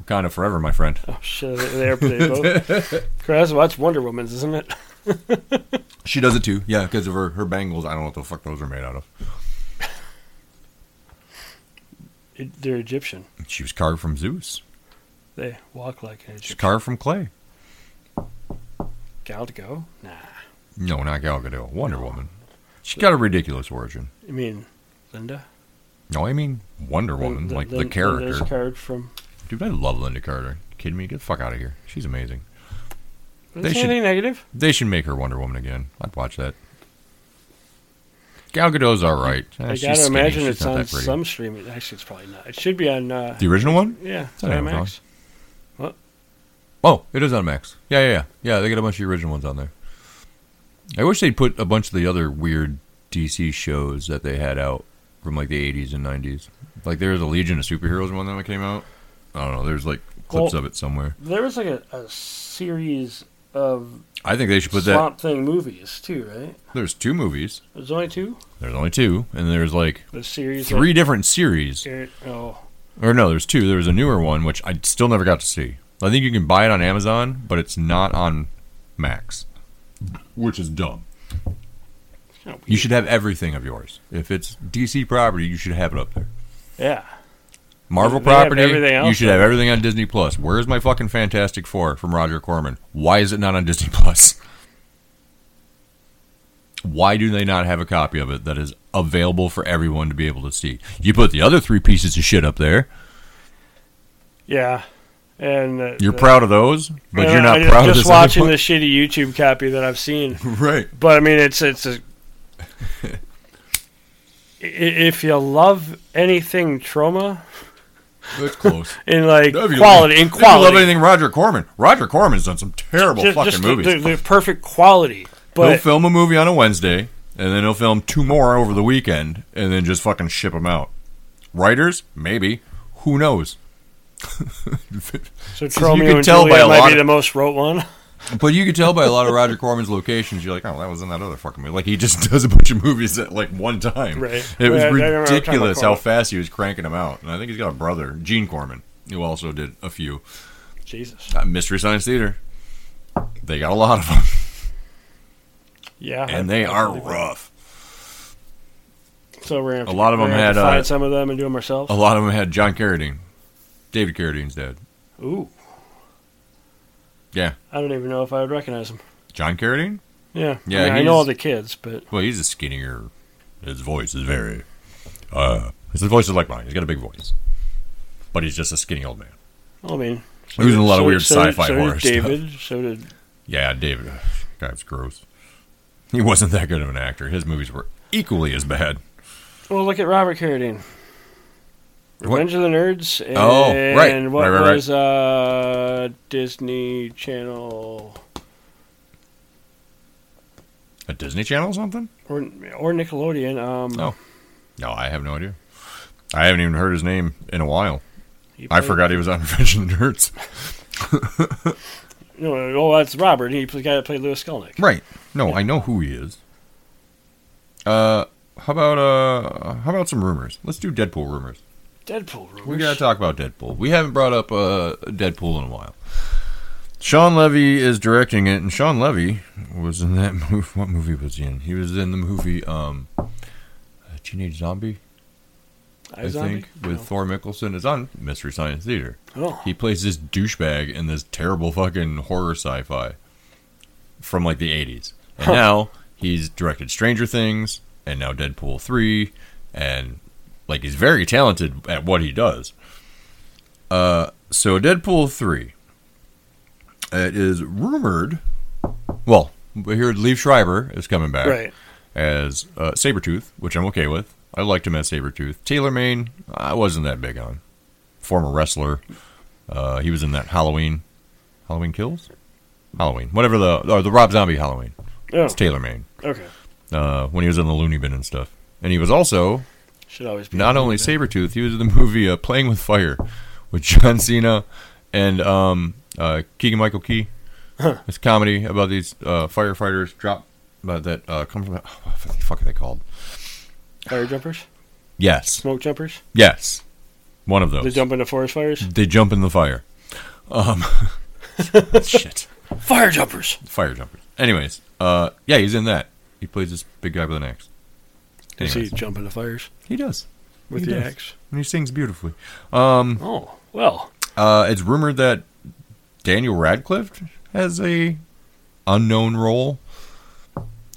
S6: Wakanda forever, my friend.
S7: oh shit they, they, they both Chris that's Wonder Woman's isn't it
S6: She does it too. Yeah, because of her, her bangles. I don't know what the fuck those are made out of.
S7: It- they're Egyptian
S6: She was carved from Zeus.
S7: they walk like an
S6: She's
S7: Egyptian
S6: carved from clay.
S7: Gal to go nah
S6: No, not Gal Gadot. Wonder Woman. She's got a ridiculous origin.
S7: I mean Linda
S6: No, I mean Wonder Woman,
S7: Lin-
S6: like the
S7: Lin-
S6: character.
S7: Linda's card from
S6: Dude, I love Linda Carter. kidding me? Get the fuck out of here. She's amazing.
S7: is
S6: They
S7: there
S6: should-
S7: anything negative
S6: They should make her Wonder Woman again. I'd watch that. Gal Gadot's all right. Eh,
S7: I
S6: she's
S7: gotta
S6: skinny.
S7: imagine
S6: She's
S7: it's
S6: not
S7: on
S6: that pretty.
S7: some streaming actually it's probably not it should be on uh,
S6: The original one?
S7: yeah
S6: on Amazon.
S7: Max
S6: Oh, it is on Max. Yeah, yeah, yeah. Yeah, they got a bunch of the original ones on there. I wish they'd put a bunch of the other weird DC shows that they had out from like the 80s and 90s. Like there was a Legion of Superheroes one that came out. I don't know. There's like clips
S7: Well-
S6: of it somewhere.
S7: there was like a, a series of
S6: I think they should put that.
S7: Swamp Thing movies too right
S6: There's two movies.
S7: there's only two
S6: There's only two, and there's like
S7: the series that-
S6: three different series.
S7: Garrett- oh
S6: Or no, there's two. There was a newer one which I still never got to see. I think you can buy it on Amazon, but it's not on Max, which is dumb.
S7: Oh,
S6: You should have everything of yours. If it's DC property, you should have it up there.
S7: yeah
S6: Marvel
S7: They have
S6: property,
S7: everything else
S6: you should
S7: up
S6: have everything on Disney Plus. Where's my fucking Fantastic Four from Roger Corman? Why is it not on Disney Plus? Why do they not have a copy of it that is available for everyone to be able to see? You put the other three pieces of shit up there.
S7: Yeah, and uh,
S6: You're
S7: the-
S6: proud of those, but
S7: and
S6: you're not
S7: I,
S6: proud of this
S7: Just
S6: other
S7: watching
S6: one.
S7: the shitty YouTube copy that I've seen,
S6: Right.
S7: but I mean, it's it's a. I- if you love anything trauma
S6: That's close.
S7: in like
S6: If you-
S7: quality
S6: if
S7: in
S6: you love
S7: quality,
S6: anything Roger Corman. Roger Corman's done some terrible
S7: ju-
S6: fucking
S7: just the,
S6: movies.
S7: the, the perfect quality,
S6: he'll
S7: but
S6: film a movie on a Wednesday, and then he'll film two more over the weekend, and then just fucking ship them out. Writers, maybe, who knows?
S7: so
S6: 'cause you
S7: Romeo
S6: can
S7: and
S6: tell by
S7: Juliet
S6: a
S7: might
S6: lot
S7: be
S6: of-
S7: the most wrote one.
S6: but you could tell by a lot of Roger Corman's locations, you're like, oh, that was in that other fucking movie. Like he just does a bunch of movies at like one time.
S7: Right.
S6: It was
S7: Yeah, I remember talking about
S6: ridiculous how
S7: Corman.
S6: fast he was cranking them out. And I think he's got a brother, Gene Corman, who also did a few.
S7: Jesus,
S6: Uh, Mystery Science Theater. They got a lot of them,
S7: yeah,
S6: and they are rough.
S7: So we're gonna have
S6: a
S7: to-
S6: lot of
S7: we're
S6: them
S7: gonna have to
S6: had, uh,
S7: find some of them and do them ourselves.
S6: A lot of them had John Carradine, David Carradine's dad.
S7: Ooh,
S6: Yeah,
S7: I don't even know if I would recognize them.
S6: John Carradine.
S7: Yeah,
S6: Yeah,
S7: I, mean, I
S6: he's-
S7: know all the kids, but
S6: Well, he's a skinnier. His voice is very. Uh, his voice is like mine. He's got a big voice, but he's just a skinny old man.
S7: I mean,
S6: He was in a lot of weird
S7: did-
S6: sci-fi
S7: so
S6: horror
S7: did
S6: stuff.
S7: David, so did
S6: Yeah, David. ugh, God, it's gross. He wasn't that good of an actor. His movies were equally as bad.
S7: well, look at Robert Carradine. Revenge of the Nerds. And
S6: Oh, right,
S7: what
S6: right, right, right.
S7: was uh, Disney Channel
S6: A Disney Channel or something?
S7: or or Nickelodeon? Um,
S6: Oh. No, I have no idea. I haven't even heard his name in a while.
S7: he
S6: I
S7: played-
S6: forgot he was on Revenge of the Nerds.
S7: No, oh, that's Robert. He played the guy that played Lewis Skelnick.
S6: Right. No, I know who he is. Uh, how about uh, how about some rumors? Let's do Deadpool rumors.
S7: Deadpool. Rumors.
S6: We gotta talk about Deadpool. We haven't brought up uh, Deadpool in a while. Sean Levy is directing it, and Sean Levy was in that movie. What uh, movie was he in? He was in the movie um, Teenage Zombie.
S7: I,
S6: I
S7: Zombie?
S6: think, with
S7: No.
S6: Thor Mickelson is on Mystery Science Theater.
S7: Oh.
S6: He plays this douchebag in this terrible fucking horror sci-fi from like the 80s. And
S7: Huh.
S6: now he's directed Stranger Things and now Deadpool 3 and like he's very talented at what he does. Uh so Deadpool 3 it is rumored well, we heard Lee Schreiber is coming back
S7: Right.
S6: as uh, Sabretooth, which I'm okay with. I liked him as Sabretooth. Taylor Maine, I wasn't that big on. Former wrestler. Uh, he was in that Halloween. Halloween Kills? Halloween. Whatever the. Or the Rob Zombie Halloween.
S7: Oh,
S6: It's Taylor Maine.
S7: okay.
S6: Uh, when he was in the Looney Bin and stuff. And he was also
S7: Should always be
S6: not only Sabretooth, he was in the movie uh, Playing with Fire with John Cena and um, uh, Keegan Michael Key. It's a comedy about these uh, firefighters drop about that uh, come from what the fuck are they called?
S7: fire jumpers,
S6: Yes.
S7: smoke jumpers.
S6: Yes. One of those.
S7: They jump into forest fires.
S6: They jump in the fire. Um, shit.
S7: Fire jumpers.
S6: Fire jumpers. Anyways, uh, yeah, he's in that. He plays this big guy with an axe.
S7: Does he
S6: Anyways,
S7: jump into fires
S6: he does.
S7: with
S6: He
S7: the
S6: does.
S7: axe?
S6: And he sings beautifully. Um,
S7: Oh well.
S6: uh, it's rumored that Daniel Radcliffe has a unknown role.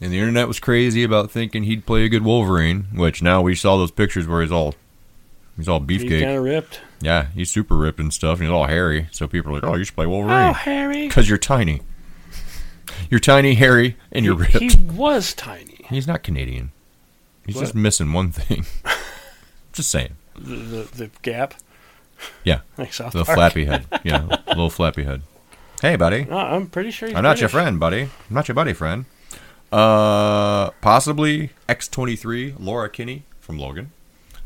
S6: And the internet was crazy about thinking he'd play a good Wolverine, which now we saw those pictures where he's all he's all
S7: He's
S6: beefcake.
S7: kind of ripped.
S6: Yeah, he's super ripped and stuff, and he's all hairy. So people are like, "Oh, you should play
S7: Oh,
S6: Wolverine
S7: Harry.
S6: because you're tiny. You're tiny, hairy, and you're ripped."
S7: He was tiny.
S6: he's not Canadian. He's
S7: What?
S6: just missing one thing. just saying,
S7: The, the, the gap.
S6: Yeah.
S7: Like South
S6: the
S7: Park.
S6: flappy head. Yeah, little flappy head. Hey, buddy.
S7: No, I'm pretty sure he's
S6: I'm not your
S7: British.
S6: friend, buddy. I'm not your buddy friend. Uh, possibly X23 Laura Kinney from Logan.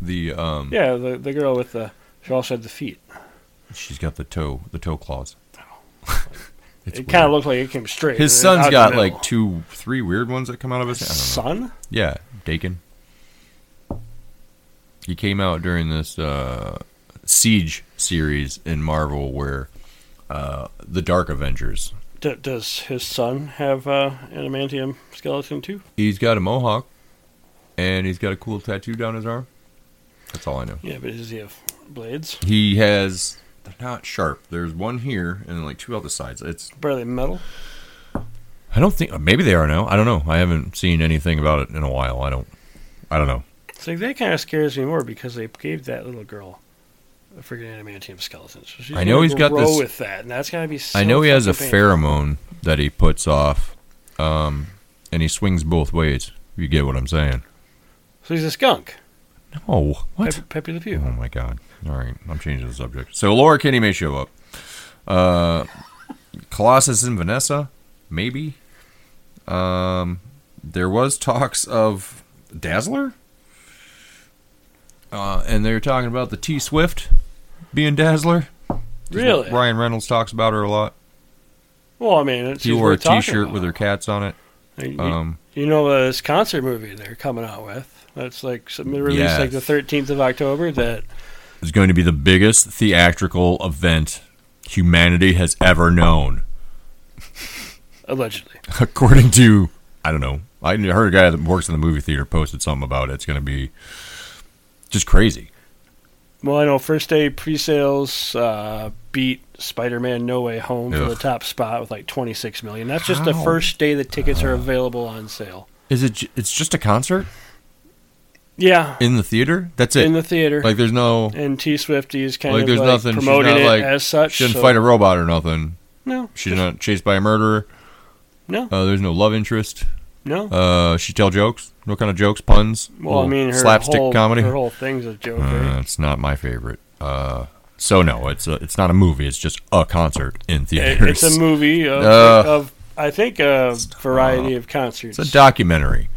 S6: The um,
S7: Yeah, the, the girl with the. She also had the feet.
S6: she's got the toe, the toe claws. It's
S7: it kind
S6: weird.
S7: of looked like it came straight.
S6: His
S7: and then
S6: son's
S7: out
S6: got
S7: the middle.
S6: like two, three weird ones that come out of his. I don't know.
S7: son.
S6: Yeah, Dakin. He came out during this uh, Siege series in Marvel where uh, the Dark Avengers.
S7: D- does his son have uh, adamantium skeleton too?
S6: He's got a mohawk and he's got a cool tattoo down his arm. That's all I know.
S7: Yeah, but does he have blades?
S6: He has. They're not sharp. There's one here and then like two other sides. It's.
S7: Barely metal.
S6: I don't think. Maybe they are now. I don't know. I haven't seen anything about it in a while. I don't. I don't know.
S7: So that kind of scares me more because they gave that little girl a freaking adamantium skeleton. So she's
S6: I know
S7: gonna
S6: he's got
S7: grow
S6: this-
S7: with that, and that's gotta be. So
S6: I know he has a
S7: fucking painful.
S6: pheromone that he puts off, um, and he swings both ways. You get what I'm saying?
S7: So he's a skunk.
S6: No, what?
S7: Pe- Pepe Le
S6: Oh
S7: Pew.
S6: my god! All right, I'm changing the subject. So Laura Kinney may show up. Uh, Colossus and Vanessa, maybe. Um, there was talks of Dazzler, uh, and they were talking about the T Swift being Dazzler.
S7: Really?
S6: Ryan Reynolds talks about her a lot.
S7: Well, I mean, it's
S6: He wore a T-shirt with her cats on it.
S7: You,
S6: Um,
S7: you know uh, this concert movie they're coming out with. That's like some- released like the
S6: Yes.
S7: 13th of October. That
S6: is going to be the biggest theatrical event humanity has ever known,
S7: allegedly.
S6: according to I don't know. I heard a guy that works in the movie theater posted something about it. It's going to be just crazy.
S7: Well, I know first day pre-sales uh, beat Spider-Man: No Way Home for the
S6: Ugh.
S7: top spot with like 26 million. That's just the
S6: How? Uh.
S7: first day the tickets are available on sale.
S6: Is it? j- It's just a concert
S7: Yeah,
S6: in the theater. That's it.
S7: in the theater.
S6: like there's no
S7: and T Swifty is kind
S6: like
S7: of
S6: there's
S7: like
S6: nothing. She's
S7: promoting
S6: not
S7: it
S6: like
S7: as such.
S6: she didn't
S7: so-
S6: fight a robot or nothing.
S7: No,
S6: She's not chased by a murderer.
S7: No.
S6: Uh, there's no love interest.
S7: no.
S6: Uh, she tell jokes. No kind of jokes, puns.
S7: well, I
S6: little
S7: mean, her
S6: slapstick
S7: whole,
S6: comedy.
S7: Her whole thing's a joke.
S6: Uh,
S7: right?
S6: it's not my favorite. Uh, so no, it's a, it's not a movie. It's just a concert in
S7: It-
S6: theaters.
S7: it's a movie of,
S6: Ugh.
S7: of I think a variety of concerts.
S6: Uh, It's a documentary.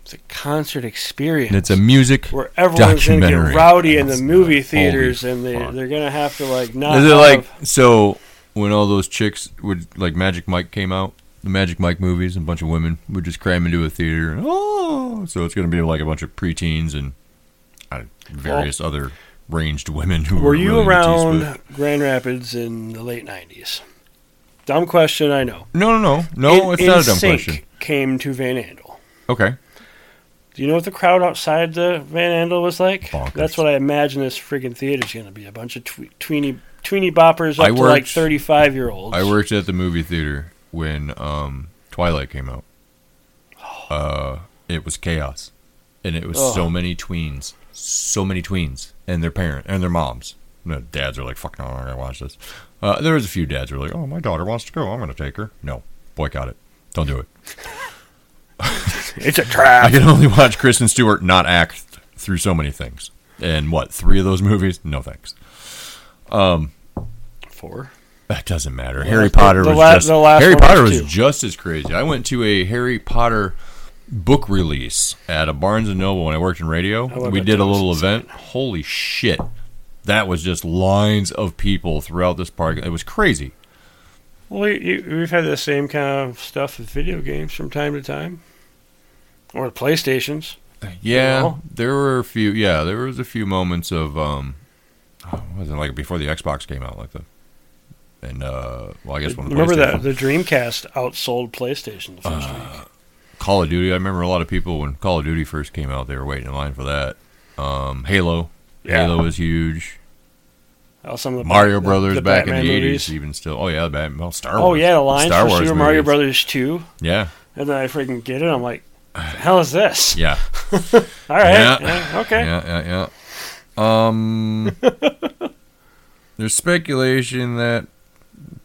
S7: It's a concert experience.
S6: And it's a music
S7: where everyone's going to get
S6: documentary.
S7: rowdy in
S6: That's
S7: the movie
S6: not-
S7: theaters,
S6: holy
S7: and they
S6: fuck.
S7: they're going to have to like not.
S6: Is it
S7: have-
S6: like so? When all those chicks would like Magic Mike came out, the Magic Mike movies, and a bunch of women would just cram into a theater. and, Oh, so it's going to be like a bunch of preteens and uh, various other ranged women who
S7: Were
S6: really
S7: you
S6: into T-Swift.
S7: around Grand Rapids in the late '90s? Dumb question, I know.
S6: No, no, no, no.
S7: In-
S6: it's not a dumb
S7: NSYNC
S6: question.
S7: Came to Van Andel.
S6: Okay,
S7: Do you know what the crowd outside the Van Andel was like?
S6: Bonkers.
S7: That's what I imagine this friggin' theater's going to be. A bunch of twe- tweeny, tweeny boppers up
S6: I
S7: to like
S6: worked-
S7: 35 year olds.
S6: I worked at the movie theater when um, Twilight came out. Uh, it was chaos, and it was so many tweens, so many tweens, and their parent and their moms. No, dads are like, "Fuck no, I'm not gonna watch this." Uh, there was a few dads who were like, "Oh, my daughter wants to go. I'm gonna take her." No, boycott it. Don't do it.
S7: It's a
S6: I
S7: trap.
S6: can only watch Kristen Stewart not act through so many things. And what three of those movies? No thanks. Um,
S7: Four.
S6: That doesn't matter. Harry
S7: the-
S6: Potter
S7: the
S6: was
S7: la-
S6: just
S7: the last
S6: Harry
S7: one was
S6: Potter was
S7: two.
S6: just as crazy. I went to a Harry Potter book release at a Barnes and Noble when I worked in radio.
S7: love
S6: We
S7: that
S6: did a
S7: Johnson
S6: little event. Holy shit. That was just lines of people throughout this park. It was crazy.
S7: Well, we, you, we've had the same kind of stuff with video games from time to time, or the PlayStations.
S6: Yeah,
S7: Well.
S6: there were a few. Yeah, there was a few moments of um, oh, what was it like before the Xbox came out, like the, and uh, well, I guess when the
S7: Remember
S6: PlayStation- Uh,
S7: that the Dreamcast outsold PlayStation the first week.
S6: Call of Duty. I remember a lot of people when Call of Duty first came out, they were waiting in line for that. Um, Halo.
S7: Yeah.
S6: Halo was huge.
S7: Oh, some of the
S6: Mario
S7: the-
S6: Brothers
S7: the
S6: back
S7: Batman
S6: in the
S7: movies.
S6: eighties, even still. Oh yeah, the Batman. Well, Star Wars.
S7: Oh yeah, the lines
S6: Star
S7: for
S6: Wars
S7: Super Mario
S6: movies.
S7: Brothers two,
S6: Yeah,
S7: and then I freaking get it. I'm like, the hell is this?
S6: yeah,
S7: All right,
S6: Yeah.
S7: yeah, okay.
S6: yeah, yeah, yeah. Um, there's speculation that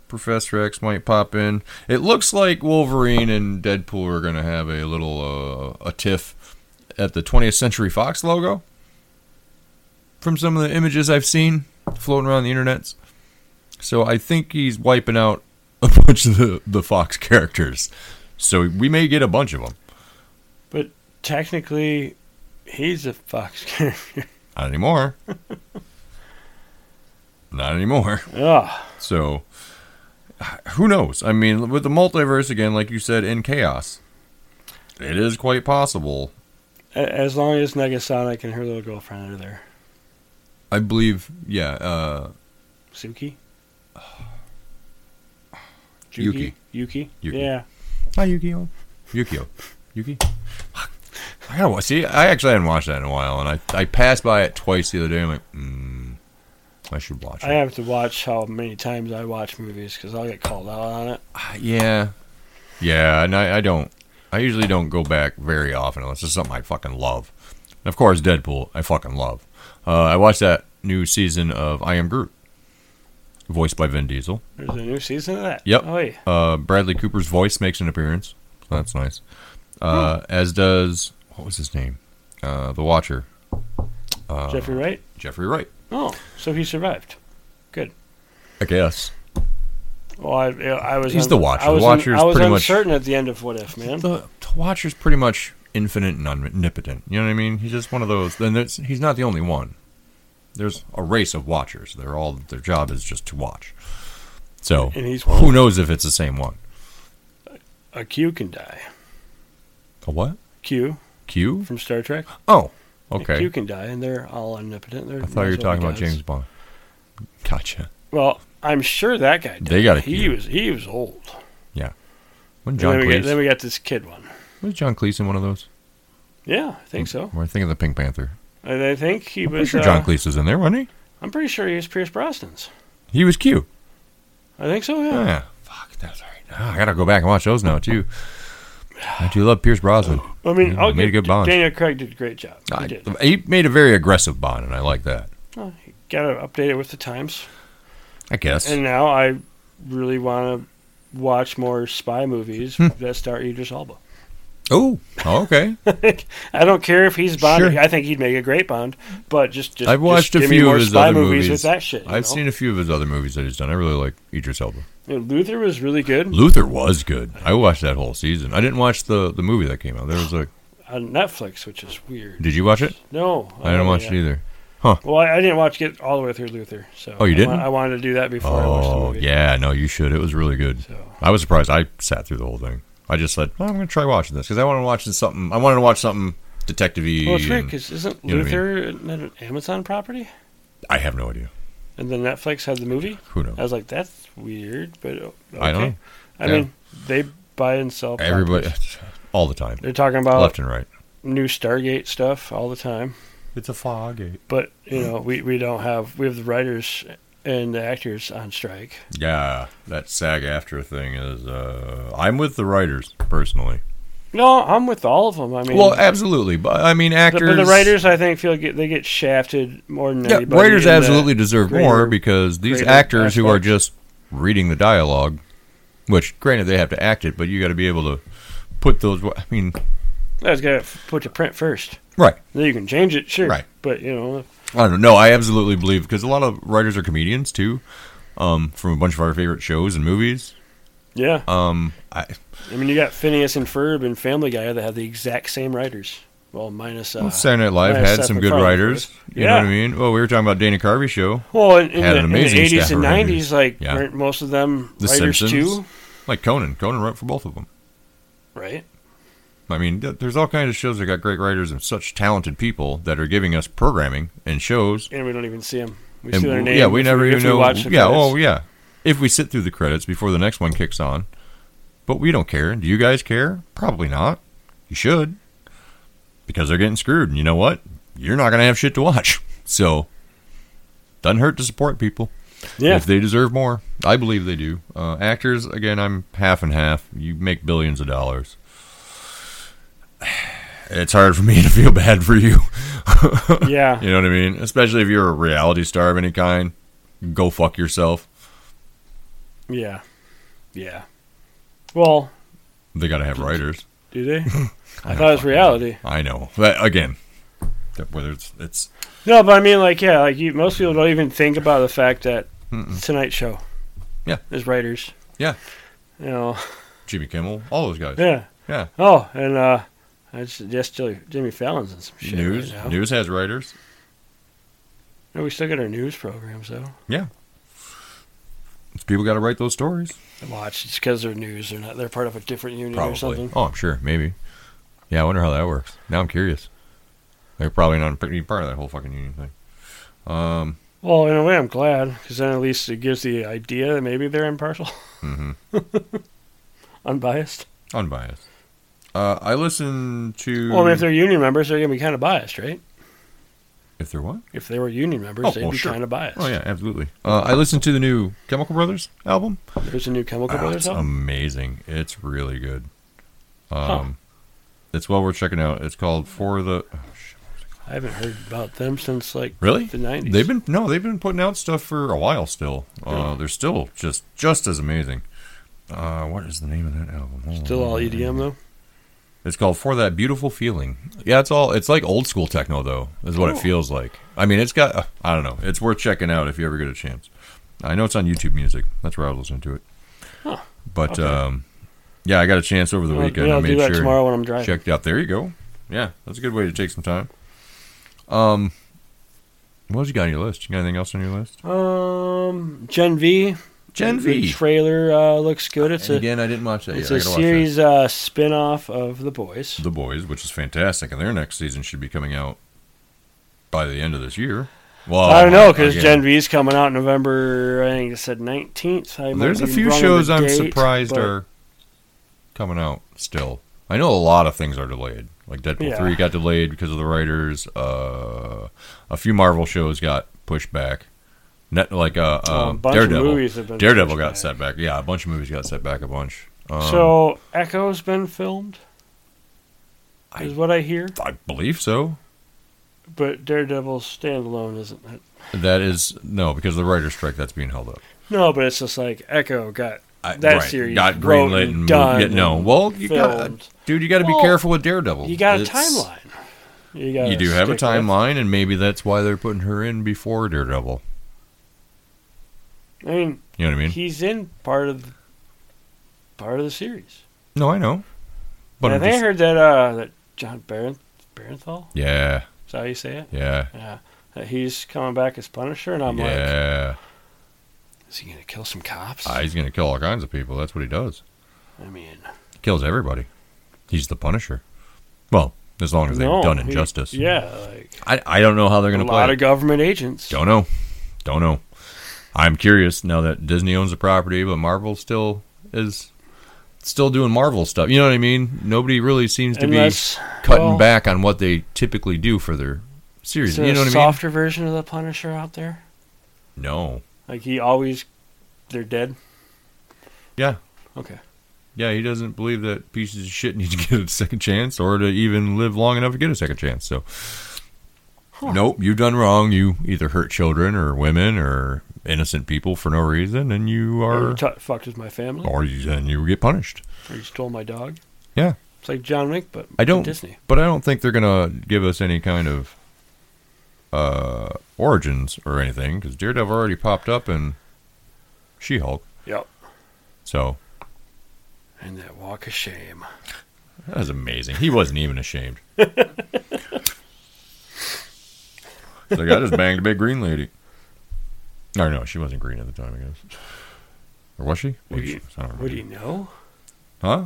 S6: Professor X might pop in. It looks like Wolverine and Deadpool are going to have a little uh, a tiff at the 20th Century Fox logo. From some of the images I've seen floating around the internets, so I think he's wiping out a bunch of the, the Fox characters. So we may get a bunch of them.
S7: But technically, he's a fox character.
S6: Not anymore. Not anymore.
S7: oh,
S6: So who knows? I mean, with the multiverse again, like you said, in chaos, it is quite possible.
S7: as long as Negasonic and her little girlfriend are there,
S6: I believe, yeah, uh,
S7: Suki.
S6: Yuki.
S7: Yuki.
S6: Yuki.
S7: Yeah.
S6: hi Yukio, Yukio, Yuki. I gotta wa- see. I actually hadn't watched that in a while, and I I passed by it twice the other day. I'm like, mm, I should watch
S7: I
S6: it.
S7: have to watch how many times I watch movies because I'll get called out on it.
S6: Uh, yeah, yeah, and I, I don't. I usually don't go back very often unless it's something I fucking love. And of course, Deadpool, I fucking love. Uh, I watched that new season of I Am Groot, voiced by Vin Diesel.
S7: There's a new season of that.
S6: Yep.
S7: Oh, yeah.
S6: Uh, Bradley Cooper's voice makes an appearance. So that's nice. Uh, As does what was his name? Uh, the Watcher, Uh,
S7: Jeffrey Wright.
S6: Jeffrey Wright.
S7: Oh, so he survived.
S6: I guess.
S7: Well, I, I was.
S6: He's
S7: un-
S6: the Watcher.
S7: I was,
S6: The Watcher's
S7: I was
S6: pretty much-
S7: uncertain at the end of What If, man.
S6: The Watcher's pretty much infinite and omnipotent. You know what I mean? He's just one of those. Then there's, he's not the only one. There's a race of Watchers. They're all their job is just to watch. So
S7: And he's
S6: who knows if it's the same one?
S7: A Q can die.
S6: A what?
S7: Q
S6: Q?
S7: from Star Trek.
S6: Oh,
S7: A Q
S6: okay.
S7: can die, and they're all omnipotent. They're
S6: I thought you were
S7: that's what
S6: talking
S7: he
S6: about
S7: does.
S6: James Bond. Gotcha.
S7: Well, I'm sure that guy. Died.
S6: They got a
S7: He
S6: Q.
S7: was he was old.
S6: When
S7: And
S6: John
S7: then, we got, then
S6: Cleese
S7: we got this kid one.
S6: was John Cleese in one of those?
S7: Yeah, I think so.
S6: Or I think of the Pink Panther.
S7: And I think he
S6: I'm
S7: was.
S6: sure
S7: uh,
S6: John Cleese was in there, wasn't he?
S7: I'm pretty sure he was Pierce Brosnan's.
S6: He was Q.
S7: I think so. Yeah.
S6: Yeah. Fuck, that's all right. Ah, I gotta go back and watch those now too. I do love Pierce Brosnan.
S7: I mean,
S6: Yeah,
S7: I'll
S6: made a
S7: give-
S6: good Bond.
S7: Daniel Craig did a great job. he
S6: I,
S7: did.
S6: he made a very aggressive Bond, and I like that.
S7: Got to update it with the times.
S6: I guess.
S7: And now I really want to watch more spy movies
S6: Hmm.
S7: that star Idris Elba.
S6: oh, okay.
S7: I don't care if he's Bond.
S6: Sure.
S7: I think he'd make a great Bond. But just, just
S6: I've watched
S7: just
S6: a
S7: give me
S6: few
S7: more
S6: of his
S7: spy
S6: other
S7: movies,
S6: movies.
S7: with that shit. you
S6: I've
S7: know?
S6: seen a few of his other movies that he's done. I really like Idris Elba.
S7: You know, Luther was really good
S6: Luther was good. I watched that whole season. I didn't watch the the movie that came out. There was a.
S7: on Netflix, which is weird.
S6: Did you watch it?
S7: No, Oh,
S6: I didn't
S7: haven't
S6: watch
S7: yet.
S6: it either.
S7: Well, I, I didn't watch get all the way through Luther. So
S6: Oh, you
S7: I wa-
S6: didn't?
S7: I wanted to do that before I watched the
S6: Oh
S7: movie.
S6: yeah, no, you should. It was really good.
S7: So
S6: I was surprised. I sat through the whole thing. I just said, "Oh, I'm going to try watching this because I want to watch something. I wanted to watch something detective-y.
S7: well, it's weird
S6: and-
S7: because isn't
S6: you know what I
S7: Luther an- an Amazon property?
S6: I have no idea.
S7: And then Netflix had the movie.
S6: Who knows?
S7: I was like, that's weird, but o- okay.
S6: I don't know.
S7: I
S6: Yeah.
S7: mean, they buy and sell.
S6: Everybody,
S7: properties.
S6: all the time,
S7: They're talking about
S6: left and right.
S7: new Stargate stuff all the time.
S2: It's a foggy.
S7: But you know, we, we don't have we have the writers and the actors on strike.
S6: Yeah, that SAG after thing is. Uh, I'm with the writers personally.
S7: No, I'm with all of them. I mean,
S6: Well, absolutely, but I mean
S7: the,
S6: actors.
S7: but the writers, I think, feel get, they get shafted more than
S6: Yeah,
S7: anybody.
S6: writers
S7: in the-
S6: absolutely deserve
S7: greater-
S6: more because these
S7: greater
S6: actors who are
S7: aspects.
S6: just reading the dialogue, which granted they have to act it, but you got to be able to put those. I mean,
S7: I was gonna put to print first.
S6: right?
S7: Then you can change it, sure.
S6: Right.
S7: But you know,
S6: I don't know. I absolutely believe because a lot of writers are comedians too, um, from a bunch of our favorite shows and movies.
S7: yeah.
S6: Um, I,
S7: I mean, you got Phineas and Ferb and Family Guy that have the exact same writers. Well, minus. Uh,
S6: well, Saturday Night Live
S7: minus
S6: had
S7: Seth
S6: some good
S7: MacFarlane, of
S6: writers.
S7: course.
S6: You
S7: yeah.
S6: know what I mean? Well, we were talking about Dana Carvey show,
S7: Well, in, in,
S6: Had
S7: the,
S6: an
S7: in the
S6: amazing
S7: 80s
S6: staff
S7: and
S6: of
S7: 90s,
S6: writers.
S7: like,
S6: Yeah.
S7: weren't most of them
S6: The
S7: writers
S6: Simpsons,
S7: too?
S6: like Conan. Conan wrote for both of them.
S7: Right.
S6: I mean, th- there's all kinds of shows that got great writers and such talented people that are giving us programming and shows.
S7: And we don't even see them. We
S6: and
S7: see their
S6: w-
S7: name.
S6: yeah, we
S7: if
S6: never
S7: if
S6: even
S7: we
S6: know.
S7: Watch the
S6: yeah,
S7: credits.
S6: oh yeah. If we sit through the credits before the next one kicks on, but we don't care. Do you guys care? Probably not. You should, because they're getting screwed. And you know what? You're not gonna have shit to watch. So, doesn't hurt to support people
S7: yeah.
S6: if they deserve more. I believe they do. Uh, actors, again, I'm half and half. You make billions of dollars. It's hard for me to feel bad for you.
S7: Yeah.
S6: You know what I mean? Especially if you're a reality star of any kind. Go fuck yourself.
S7: Yeah. Yeah. Well,
S6: They got to have writers.
S7: do they? I thought it was reality.
S6: I know. But again, that- whether it's it's
S7: No, but I mean, like, yeah, like you, most people don't even think about the fact that Tonight Show,
S6: Yeah.
S7: is writers.
S6: Yeah.
S7: You know.
S6: Jimmy Kimmel, all those guys.
S7: Yeah.
S6: Yeah.
S7: Oh, and uh, I just just Jimmy, Jimmy Fallon's in some shit
S6: news
S7: right now.
S6: news has writers.
S7: No, we still got our news programs though.
S6: People got to write those stories.
S7: Watch, it's because they're news. They're not. They're part of a different union or
S6: Probably.
S7: something.
S6: Oh, I'm sure. Maybe. Yeah, I wonder how that works. Now I'm curious. They're probably not even part of that whole fucking union thing. Um,
S7: Well, in a way, I'm glad because then at least it gives the idea that maybe they're impartial,
S6: mhm.
S7: unbiased.
S6: unbiased. Uh, I listen to.
S7: Well, I mean, if they're union members, they're gonna be kind of biased, right?
S6: if they're what?
S7: If they were union members,
S6: Oh,
S7: they'd
S6: well,
S7: be
S6: sure.
S7: kind of biased.
S6: Oh yeah, absolutely. Uh, I listened to the new Chemical Brothers album.
S7: There's a new Chemical
S6: Oh,
S7: Brothers
S6: it's
S7: album.
S6: amazing. It's really good. Um, it's well worth checking out. It's called For the. oh, shit.
S7: I haven't heard about them since like
S6: Really?
S7: the 90s.
S6: They've been no, they've been putting out stuff for a while still. Uh, they're still just just as amazing. Uh, what is the name of that album? Hold
S7: still all E
S6: on.
S7: EDM though.
S6: It's called For That Beautiful Feeling. Yeah, it's all it's like old school techno though. Is what it feels like. I mean, it's got uh, I don't know. It's worth checking out if you ever get a chance. I know it's on YouTube Music. That's where I was listening to it.
S7: Huh.
S6: But
S7: Okay.
S6: um, yeah, I got a chance over the
S7: I'll-
S6: weekend.
S7: yeah, I'll
S6: I made
S7: do that
S6: sure
S7: tomorrow when I'm driving.
S6: checked out. There you go. Yeah, that's a good way to take some time. Um, what else you got on your list? You got anything else on your list?
S7: Um, Gen V.
S6: Gen
S7: The
S6: V.
S7: trailer uh, looks good. It's
S6: And
S7: a
S6: again, I didn't watch that
S7: it's
S6: yet. I
S7: a
S6: gotta watch that.
S7: series uh, spin off of The Boys.
S6: The Boys, which is fantastic, and their next season should be coming out by the end of this year. Well,
S7: I don't know because
S6: again,
S7: Gen V's coming out November. I think it said nineteenth.
S6: There's a few shows I'm surprised are coming out still. I know a lot of things are delayed. Like Deadpool
S7: Yeah.
S6: 3 got delayed because of the writers. Uh, a few Marvel shows got pushed back. Net, like uh,
S7: Oh, a
S6: uh,
S7: bunch of
S6: Daredevil.
S7: movies have been
S6: Daredevil
S7: pushed
S6: got
S7: back.
S6: set back. Yeah, a bunch of movies got set back a bunch. Um,
S7: so Echo's been filmed,
S6: I-
S7: is what I hear.
S6: I believe so.
S7: But Daredevil's standalone isn't. It?
S6: That is no, because of the writers' strike that's being held up.
S7: No, but it's just like Echo got
S6: I-
S7: that
S6: right,
S7: series
S6: got
S7: wrote
S6: greenlit
S7: and
S6: and
S7: done.
S6: moved- yeah, no,
S7: and
S6: well, you gotta-
S7: filmed.
S6: Dude, you got to
S7: Well,
S6: be careful with Daredevil.
S7: you got a
S6: It's-
S7: timeline. You got.
S6: You do have a timeline, and maybe that's why they're putting her in before Daredevil.
S7: I mean,
S6: You know what I mean?
S7: he's in part of the, part of the series.
S6: no, I know. But
S7: I
S6: I'm
S7: think I
S6: just,
S7: heard that uh, that John Barenthal, Barenthal,
S6: yeah,
S7: is that how you say it?
S6: yeah,
S7: Yeah, that he's coming back as Punisher, and I'm like,
S6: yeah.
S7: is he gonna kill some cops?
S6: Ah, he's gonna kill all kinds of people. That's what he does.
S7: I mean,
S6: He kills everybody. He's the Punisher. Well, as long as they've
S7: no,
S6: done
S7: he-
S6: injustice.
S7: Yeah, like
S6: I I don't know how they're
S7: a
S6: gonna play.
S7: lot
S6: it.
S7: of government agents.
S6: Don't know. Don't know. I'm curious now that Disney owns the property, but Marvel still is still doing Marvel stuff. You know what I mean? Nobody really seems to
S7: Unless-
S6: be cutting
S7: well-
S6: back on what they typically do for their series.
S7: Is there
S6: You know
S7: a
S6: what I mean?
S7: softer version of the Punisher out there?
S6: No.
S7: Like he always, they're dead.
S6: Yeah.
S7: Okay.
S6: Yeah, he doesn't believe that pieces of shit need to get a second chance or to even live long enough to get a second chance. So, nope, you've done wrong. You either hurt children or women or innocent people for no reason, and you
S7: Or
S6: are,
S7: you t- fucked with my family.
S6: or you, and you get punished.
S7: Or you stole my dog.
S6: Yeah,
S7: It's like John Wick, but
S6: I don't,
S7: Disney.
S6: but I don't think they're gonna give us any kind of uh, origins or anything because Daredevil already popped up in She-Hulk.
S7: Yep.
S6: So
S7: And that walk of shame.
S6: that was amazing. He wasn't even ashamed. It's like I just banged a big green lady. No, no, she wasn't green at the time, I guess. Or was she?
S7: What do
S6: Maybe
S7: you-
S6: she was, I don't
S7: What do
S6: remember.
S7: you know?
S6: Huh?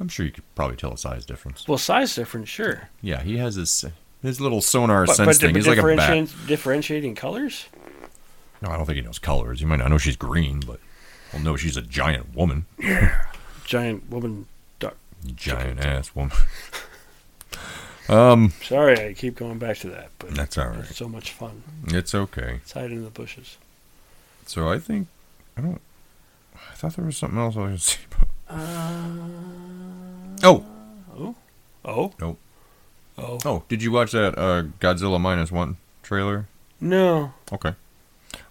S6: I'm sure you could probably tell a size difference.
S7: Well, size difference, sure.
S6: Yeah, he has his his little sonar
S7: But,
S6: sense
S7: but, di-
S6: thing. He's like a bat.
S7: differentiating, differentiating colors?
S6: No, I don't think he knows colors. He might not know she's green, but he'll know she's a giant woman,
S7: Giant woman duck.
S6: giant ass woman.
S7: Sorry, I keep going back to that, but
S6: That's all right.
S7: it's so much fun.
S6: It's okay.
S7: It's hiding in the bushes.
S6: So I think I don't. I thought there was something else I was going to say about. oh
S7: Oh?
S6: Nope.
S7: Oh.
S6: oh! Did you watch that uh, Godzilla minus one trailer?
S7: No.
S6: Okay.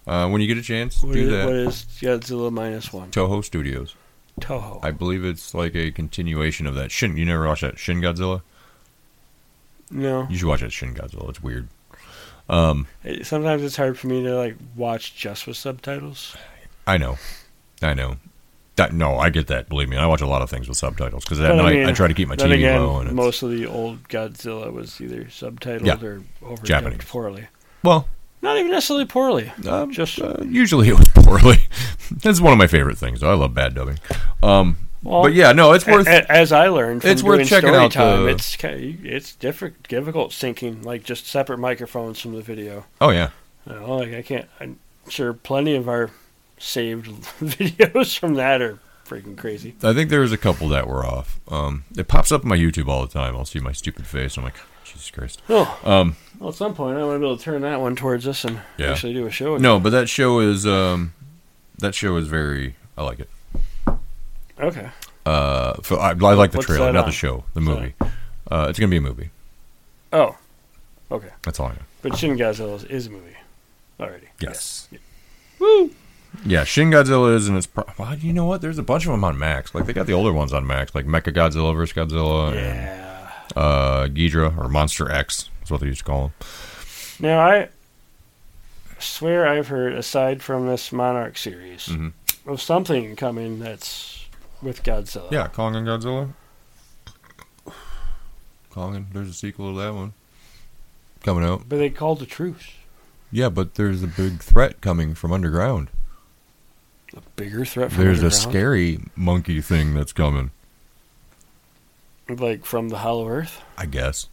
S6: Uh, when you get a chance,
S7: What
S6: do
S7: is,
S6: that.
S7: what is Godzilla minus one?
S6: Toho Studios.
S7: Toho.
S6: I believe it's like a continuation of that Shin. You never watched that Shin Godzilla?
S7: no.
S6: You should watch that Shin Godzilla. It's weird. Um,
S7: It- sometimes it's hard for me to like watch just with subtitles.
S6: I know. I know. That, no, I get that. Believe me, I watch a lot of things with subtitles because at
S7: But
S6: night
S7: mean,
S6: I try to keep my
S7: then
S6: TV
S7: again,
S6: low. And it's,
S7: most of the old Godzilla was either subtitled
S6: Yeah.
S7: or overdubbed
S6: Japanese.
S7: poorly.
S6: well,
S7: Not even necessarily poorly.
S6: Um,
S7: just
S6: uh, usually it was poorly. That's one of my favorite things. I love bad dubbing. Um,
S7: Well, eh,
S6: but yeah, no, it's
S7: a-
S6: worth.
S7: a- as I learned. From
S6: it's worth
S7: doing
S6: checking
S7: story
S6: out the-
S7: Time, It's ki- it's different, difficult syncing like just separate microphones from the video.
S6: oh yeah,
S7: You know, like I can't. I'm sure plenty of our saved videos from that are freaking crazy.
S6: I think there was a couple that were off. Um, it pops up on my YouTube all the time. I'll see my stupid face. I'm like, Jesus Christ.
S7: Oh,
S6: Um,
S7: well, at some point I want to be able to turn that one towards us and
S6: Yeah.
S7: actually do a show. Again.
S6: no, but that show is um, that show is very. I like it.
S7: Okay.
S6: Uh, for, I, I like the
S7: What's
S6: trailer,
S7: that
S6: not
S7: on?
S6: the show, the
S7: What's
S6: movie. Uh, it's gonna be a movie.
S7: Oh. Okay.
S6: That's all I know.
S7: But Shin Godzilla is, is a movie. Already.
S6: Yes.
S7: Woo!
S6: Yeah, Shin Godzilla is, and it's. Pro- well, you know what? There's a bunch of them on Max. Like they got the older ones on Max, like Mecha Godzilla versus Godzilla, and
S7: Yeah.
S6: uh, Ghidra or Monster X. That's what they used to call him.
S7: Now I swear I've heard, aside from this Monarch series,
S6: Mhm.
S7: of something coming that's with Godzilla.
S6: Yeah, Kong and Godzilla. Kong and there's a sequel to that one coming out.
S7: But they called a truce.
S6: Yeah, but there's a big threat coming from underground.
S7: A bigger threat from
S6: There's a
S7: underground?
S6: scary monkey thing that's coming.
S7: like from the Hollow Earth.
S6: I guess.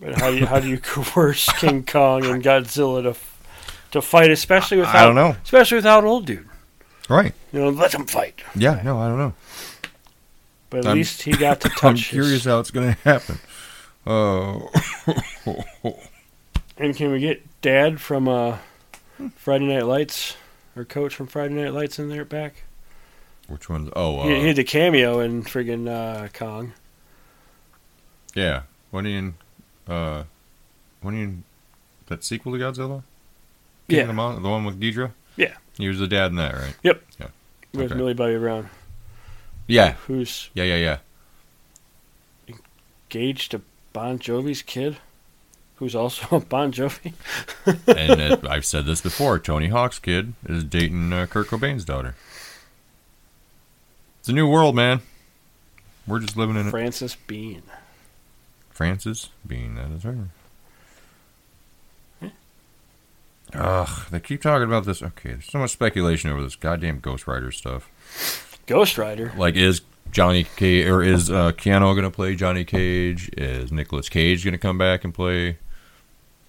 S7: But how do you how do you coerce King Kong and Godzilla to f- to fight, especially without
S6: I don't know.
S7: especially without old dude?
S6: Right.
S7: You know, let them fight.
S6: Yeah. No, I don't know.
S7: But at
S6: I'm-
S7: least he got to touch.
S6: I'm
S7: his-
S6: curious how it's gonna happen. Uh,
S7: And can we get Dad from uh, Friday Night Lights or Coach from Friday Night Lights in there back?
S6: which one's? Oh,
S7: he, he
S6: uh,
S7: had the cameo in friggin' uh, Kong.
S6: yeah. When in, uh, when in that sequel to Godzilla? King of the,
S7: yeah,
S6: Mon- the one with Ghidra.
S7: Yeah.
S6: He was the dad in that, right?
S7: with
S6: okay.
S7: Millie Bobby Brown,
S6: Yeah.
S7: who's
S6: Yeah. Yeah. Yeah.
S7: engaged to Bon Jovi's kid, who's also Bon Jovi.
S6: and it, I've said this before. Tony Hawk's kid is dating uh, Kurt Cobain's daughter. It's a new world, man. We're just living in it.
S7: Francis Bean.
S6: Francis being that is her. Ugh, they keep talking about this. Okay, there's so much speculation over this goddamn Ghost Rider stuff.
S7: Ghost Rider.
S6: Like, is Johnny Cage or is uh, Keanu gonna play Johnny Cage? Is Nicolas Cage gonna come back and play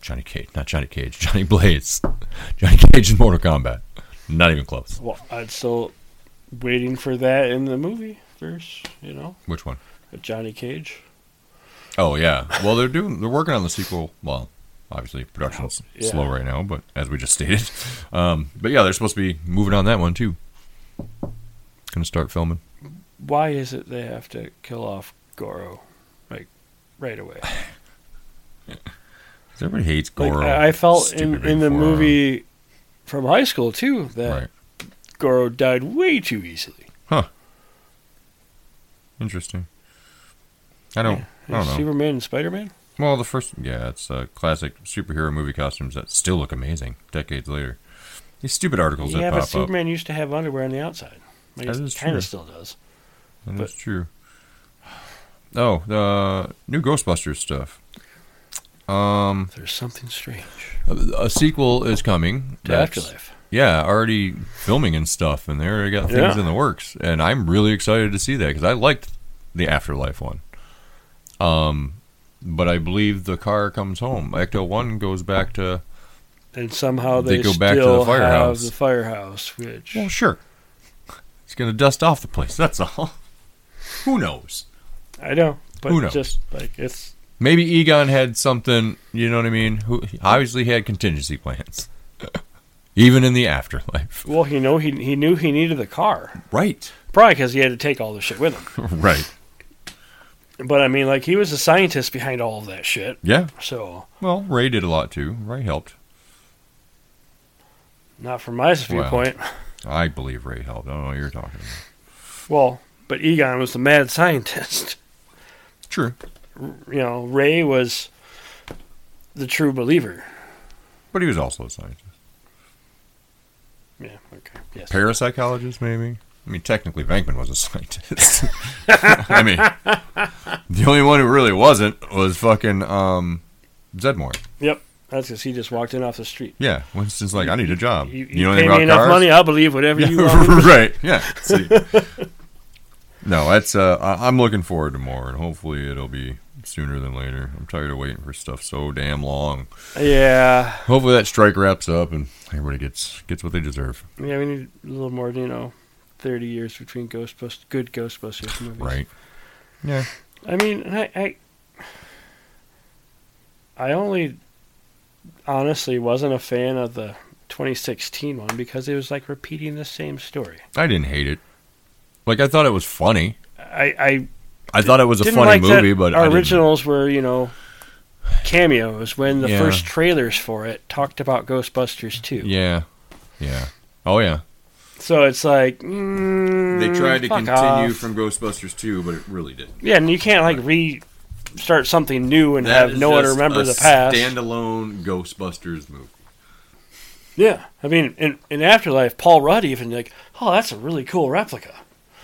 S6: Johnny Cage? Not Johnny Cage. Johnny Blaze. Johnny Cage in Mortal Kombat. Not even close.
S7: Well, I'd still waiting for that in the movie. There's, you know,
S6: Which one?
S7: Johnny Cage.
S6: Oh yeah. Well, they're doing. They're working on the sequel. Well, obviously production's
S7: Yeah.
S6: slow right now, but as we just stated, um, but yeah, they're supposed to be moving on that one too. Gonna start filming.
S7: Why is it they have to kill off Goro, like right away?
S6: 'Cause Everybody hates
S7: Like,
S6: Goro.
S7: I, I felt in,
S6: Stupid
S7: in the
S6: big forearm.
S7: movie from high school too that
S6: Right.
S7: Goro died way too easily.
S6: Interesting. I don't. I don't know.
S7: Superman and Spider Man.
S6: Well, the first, yeah, it's uh, classic superhero movie costumes that still look amazing decades later. These stupid articles
S7: Yeah,
S6: that
S7: but
S6: pop
S7: Superman used to have underwear on the outside. Like,
S6: That
S7: it
S6: is
S7: kind
S6: true.
S7: of still does.
S6: up.
S7: but-
S6: That's true. Oh, the new Ghostbusters stuff. Um,
S7: There's something strange.
S6: a, a sequel is coming.
S7: To
S6: that's-
S7: Afterlife.
S6: Yeah, already filming and stuff, and they already got things
S7: Yeah.
S6: in the works, and I'm really excited to see that because I liked the Afterlife one. Um, but I believe the car comes home. Ecto One goes back to
S7: And somehow they,
S6: They go back to the
S7: still
S6: firehouse.
S7: have the firehouse, which
S6: Well, sure. It's going to dust off the place. That's all. Who knows?
S7: I know, but
S6: Who knows?
S7: just like it's
S6: Maybe Egon had something. You know what I mean? Who he obviously had contingency plans, even in the afterlife.
S7: well, you know, he he knew he needed the car
S6: Right.
S7: probably because he had to take all the shit with him.
S6: Right.
S7: But I mean, like he was a scientist behind all of that shit,
S6: Yeah.
S7: so
S6: Well, Ray did a lot too. Ray helped.
S7: not from my viewpoint.
S6: I believe Ray helped. I don't know what you're talking about.
S7: Well, but Egon was the mad scientist.
S6: True.
S7: You know, Ray was the true believer.
S6: But he was also a scientist.
S7: Yeah. Okay. Yes.
S6: Parapsychologist, maybe? I mean, technically, Venkman was a scientist. I mean, the only one who really wasn't was fucking um, Zedmore.
S7: Yep. That's because he just walked in off the street.
S6: Yeah, Winston's like, I need a job.
S7: You, you,
S6: know
S7: pay
S6: anything
S7: me
S6: about
S7: enough
S6: cars?
S7: money, I'll believe whatever you want. me
S6: Yeah, right? Yeah. See. no, that's. Uh, I- I'm looking forward to more, and hopefully it'll be sooner than later. I'm tired of waiting for stuff so damn long.
S7: to- Yeah.
S6: Hopefully that strike wraps up and everybody gets gets what they deserve.
S7: Yeah. We need a little more. You know, thirty years between Ghostbusters, good Ghostbusters movies.
S6: Right? Yeah.
S7: I mean, I, I, I only honestly wasn't a fan of the 2016 one because it was like repeating the same story.
S6: I didn't hate it. Like I thought it was funny.
S7: I, I
S6: I thought it was a
S7: didn't
S6: funny
S7: like
S6: movie,
S7: that
S6: but I
S7: our
S6: didn't-
S7: originals were you know cameos when the
S6: Yeah.
S7: first trailers for it talked about Ghostbusters too.
S6: Yeah. Yeah. Oh yeah.
S7: So it's like mm, fuck off.
S6: Ghostbusters 2, but it really didn't.
S7: yeah, and you can't like re start something new and have no one to remember the past.
S6: Standalone Ghostbusters movie.
S7: Yeah, I mean, in, in Afterlife, Paul Rudd even like, oh, that's a really cool replica.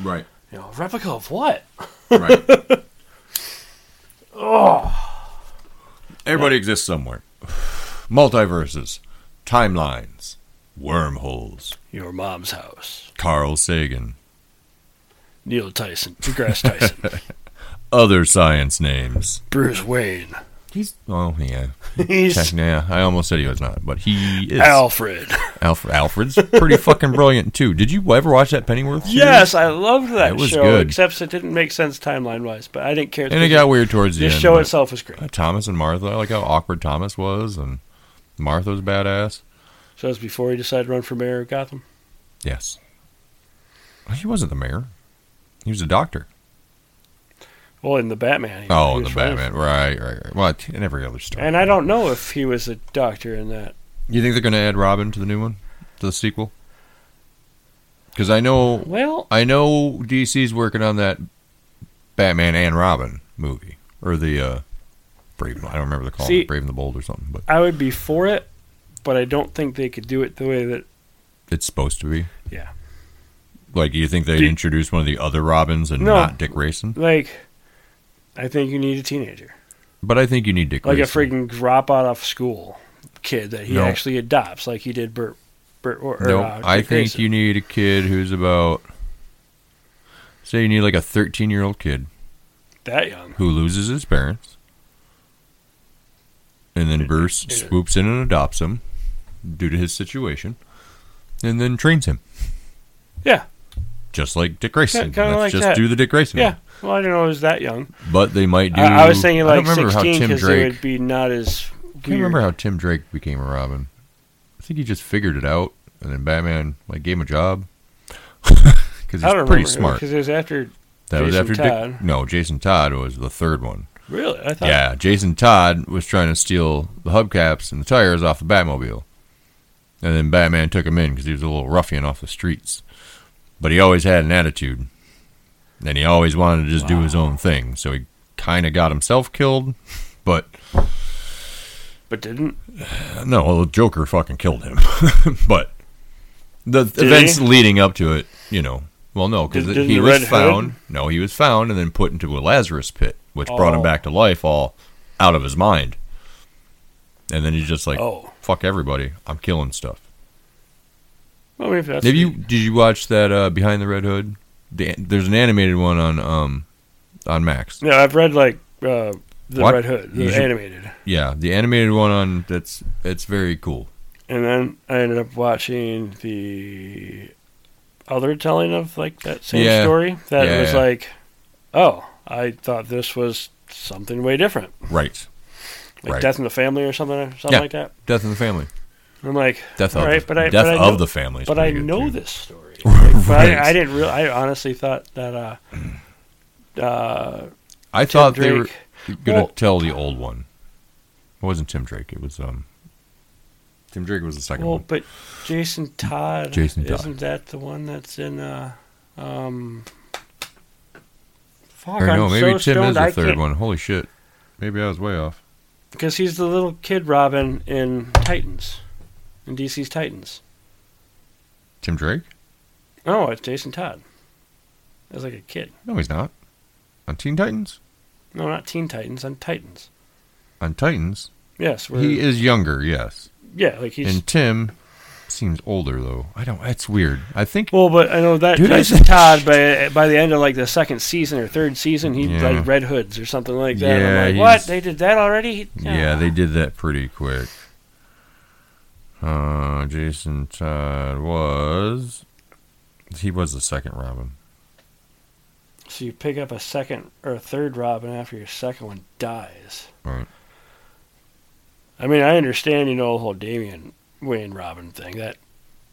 S6: Right.
S7: You know, replica of what?
S6: Right. oh. Everybody exists somewhere. Multiverses, timelines, wormholes.
S7: Your mom's house.
S6: Carl Sagan.
S7: Neil Tyson, DeGrasse Tyson,
S6: Other science names.
S7: Bruce Wayne.
S6: He's oh yeah,
S7: He's
S6: Techn- yeah. I almost said he was not, but he is.
S7: Alfred.
S6: Alfred. Alfred's pretty fucking brilliant too. Did you ever watch that Pennyworth? series?
S7: Yes, I loved that
S6: It was
S7: show.
S6: good.
S7: Except it didn't make sense timeline wise, but I didn't care.
S6: And it got weird towards the
S7: This
S6: end.
S7: show
S6: but-
S7: itself was great.
S6: Uh, Thomas and Martha. I like how awkward Thomas was, and Martha was badass.
S7: So that's before he decided to run for mayor of Gotham.
S6: Yes. He wasn't the mayor. He was a doctor.
S7: Well, in the Batman. he- he
S6: Oh,
S7: was
S6: the
S7: running
S6: Batman. Right, right, right. Well, in every other
S7: for-
S6: story.
S7: And I don't know if he was a doctor in that.
S6: You think they're going to add Robin to the new one, to the sequel? Because I know,
S7: Well,
S6: I know DC's working on that Batman and Robin movie, or the uh, Brave. I don't remember the call.
S7: See-
S6: it, Brave and the Bold or something, but
S7: I would be for it, but I don't think they could do it the way that
S6: it's supposed to be.
S7: Yeah.
S6: Like, you think they'd
S7: Did-
S6: introduce one of the other Robins and
S7: No.
S6: not Dick Grayson?
S7: like I think you need a teenager.
S6: But I think you need Dick
S7: Like a
S6: Grayson.
S7: freaking drop out of school kid that he
S6: No.
S7: actually adopts like he did Bert Bert or, or
S6: No,
S7: uh,
S6: I think
S7: Dick Grayson.
S6: you need a kid who's about. Say you need like a 13 year old kid
S7: that young.
S6: who loses his parents, and then Bruce
S7: it-
S6: swoops in and adopts him due to his situation, and then trains him.
S7: Yeah.
S6: just like Dick Grayson.
S7: kinda
S6: Let's
S7: like
S6: just
S7: that.
S6: do the Dick Grayson.
S7: Yeah.
S6: one.
S7: Well, I didn't know I was that young.
S6: But they might do.
S7: I, I was thinking
S6: I
S7: like
S6: don't remember how
S7: 16
S6: Tim
S7: because
S6: Drake.
S7: it would be not as weird.
S6: I can't remember how Tim Drake became a Robin. I think he just figured it out, and then Batman like gave him a job because he's pretty smart.
S7: Because it was after.
S6: That was
S7: Jason
S6: after
S7: Todd.
S6: Dick. No, Jason Todd was the third one.
S7: Really? I thought.
S6: Yeah, Jason Todd was trying to steal the hubcaps and the tires off the Batmobile, and then Batman took him in because he was a little ruffian off the streets. But he always had an attitude, and he always wanted to just do his own thing. So he kind of got himself killed, but
S7: But didn't.
S6: No, well, the Joker fucking killed him. but the
S7: Did
S6: events
S7: he?
S6: leading up to it, you know. Well, no, because
S7: Did- didn't
S6: he
S7: the
S6: was
S7: Red Hood-
S6: found. No, he was found and then put into a Lazarus pit, which brought him
S7: Oh.
S6: back to life, all out of his mind. And then he's just like,
S7: Oh.
S6: "Fuck everybody, I'm killing stuff."
S7: Well, maybe that's.
S6: Have you? Did you watch that uh, Behind the Red Hood? The, there's an animated one on um on Max.
S7: No, I've read like uh, the
S6: What?
S7: Red Hood, the
S6: You should-
S7: animated,
S6: Yeah, the animated one on that's it's very cool.
S7: and then I ended up watching the other telling of like that same
S6: Yeah.
S7: story. That
S6: Yeah,
S7: was
S6: yeah.
S7: like, oh, I thought this was something way different,
S6: Right.
S7: like
S6: Right.
S7: Death in the Family or something, or something
S6: Yeah.
S7: like that.
S6: Death in the Family.
S7: I'm like,
S6: Death
S7: all
S6: of
S7: right,
S6: the,
S7: but I,
S6: Death
S7: but I
S6: of
S7: know,
S6: the Family. is
S7: but I
S6: pretty good,
S7: know
S6: too.
S7: this story. Like, but
S6: Right.
S7: I, I didn't really. I honestly thought that. uh uh,
S6: I thought
S7: Tim
S6: they
S7: Drake.
S6: were going to
S7: Well-
S6: tell the old one. It wasn't Tim Drake. It was um. Tim Drake was the second
S7: well,
S6: one.
S7: but Jason Todd,
S6: Jason Todd.
S7: isn't that the one that's in? Uh, um, fuck,
S6: Or no,
S7: I'm
S6: maybe
S7: so
S6: Tim
S7: stoned,
S6: is the
S7: I
S6: third
S7: can't-
S6: one. Holy shit! Maybe I was way off.
S7: because he's the little kid Robin in Titans, in DC's Titans.
S6: Tim Drake?
S7: Oh, it's Jason Todd. As like a kid.
S6: No, he's not. On Teen Titans.
S7: No, not Teen Titans. On Titans.
S6: On Titans,
S7: Yes, we're,
S6: he is younger. Yes,
S7: yeah, like he's
S6: and Tim seems older though. I don't. That's weird. I think.
S7: Well, but I know that
S6: Dude, I
S7: Jason
S6: said-
S7: Todd by by the end of like the second season or third season, he
S6: Yeah.
S7: like Red Hoods or something like that.
S6: Yeah,
S7: I'm like,
S6: he's-
S7: what? They did that already?
S6: yeah, they did that pretty quick. Uh, Jason Todd was. He was the second Robin.
S7: So you pick up a second or a third Robin after your second one dies.
S6: Right.
S7: I mean, I understand you know the whole Damian Wayne Robin thing. That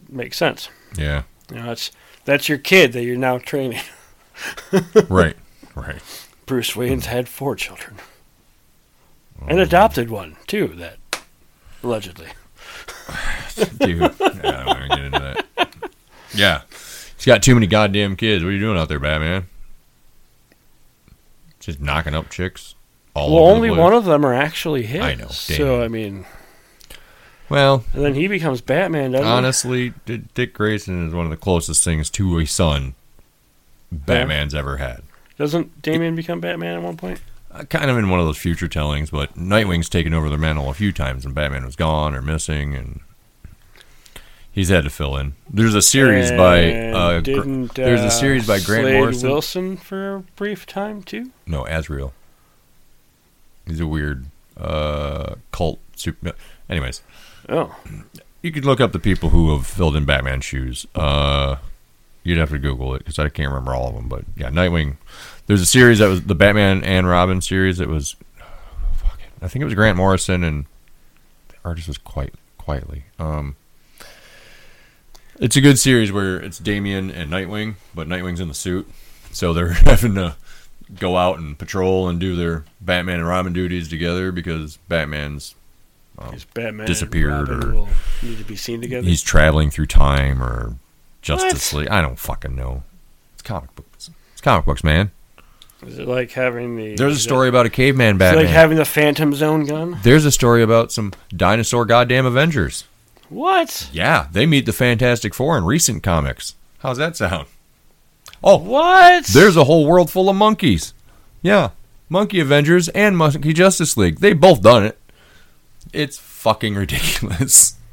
S7: makes sense.
S6: Yeah.
S7: You know, that's that's your kid that you're now training.
S6: Right. Right.
S7: Bruce Wayne's had four children, an
S6: Oh.
S7: adopted one too. That allegedly.
S6: Dude. Yeah, I'm not gonna get into that. Yeah. He's got too many goddamn kids. What are you doing out there, Batman? Just knocking up chicks all
S7: Well,
S6: over
S7: only
S6: the
S7: one of them are actually his.
S6: I know,
S7: So I mean,
S6: Well,
S7: and then he becomes Batman, doesn't he?
S6: honestly, D- Dick Grayson is one of the closest things to a son Batman's ever had.
S7: Doesn't Damien become Batman at one point?
S6: Uh, kind of in one of those future tellings, but Nightwing's taken over the mantle a few times when Batman was gone or missing, and he's had to fill in. There's a series by
S7: And
S6: uh, Gr-
S7: didn't,
S6: there's
S7: uh,
S6: a series by Grant
S7: Slade
S6: Morrison.
S7: Wilson for a brief time too.
S6: No, Azrael. He's a weird uh, cult. Super- Anyways,
S7: Oh,
S6: you could look up the people who have filled in Batman's shoes. Uh, you'd have to Google it because I can't remember all of them. But yeah, Nightwing. There's a series that was the Batman and Robin series. It was, fuck it, I think it was Grant Morrison and the artist was quite quietly. Um, it's a good series where it's Damien and Nightwing, but Nightwing's in the suit, so they're having to go out and patrol and do their Batman and Robin duties together because Batman's
S7: he's Batman.
S6: Oh, disappeared
S7: and
S6: or-
S7: Robin will need to be seen together.
S6: he's traveling through time or Justice League. I don't fucking know. It's comic books. It's comic books, man.
S7: Is it like having the?
S6: There's a
S7: is it-
S6: story about a caveman
S7: is it
S6: Batman.
S7: like having the Phantom Zone gun.
S6: There's a story about some dinosaur goddamn Avengers.
S7: What?
S6: Yeah, they meet the Fantastic Four in recent comics. How's that sound? Oh,
S7: What?
S6: there's a whole world full of monkeys. Yeah, Monkey Avengers and Monkey Justice League. They both done it. It's fucking ridiculous.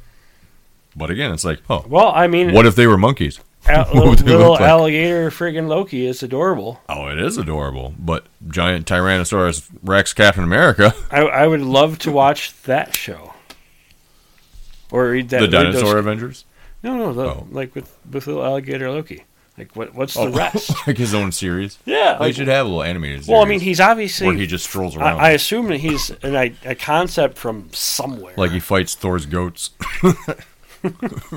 S6: But again, it's like, oh,
S7: well, I mean,
S6: what if they were monkeys?
S7: al-
S6: what would they
S7: little
S6: look like?
S7: alligator friggin' Loki is adorable.
S6: Oh, it is adorable. But giant Tyrannosaurus Rex Captain America,
S7: I, I would love to watch that show. Or read that
S6: the
S7: read those
S6: dinosaur Avengers.
S7: No, no, the,
S6: Oh.
S7: like with with little alligator Loki. Like what? What's the rest?
S6: like his own series.
S7: Yeah,
S6: they
S7: like-
S6: should have a little animated. Series
S7: well, I mean, he's obviously.
S6: where he just strolls
S7: I,
S6: around,
S7: I assume that he's an, i- a concept from somewhere,
S6: like he fights Thor's goats,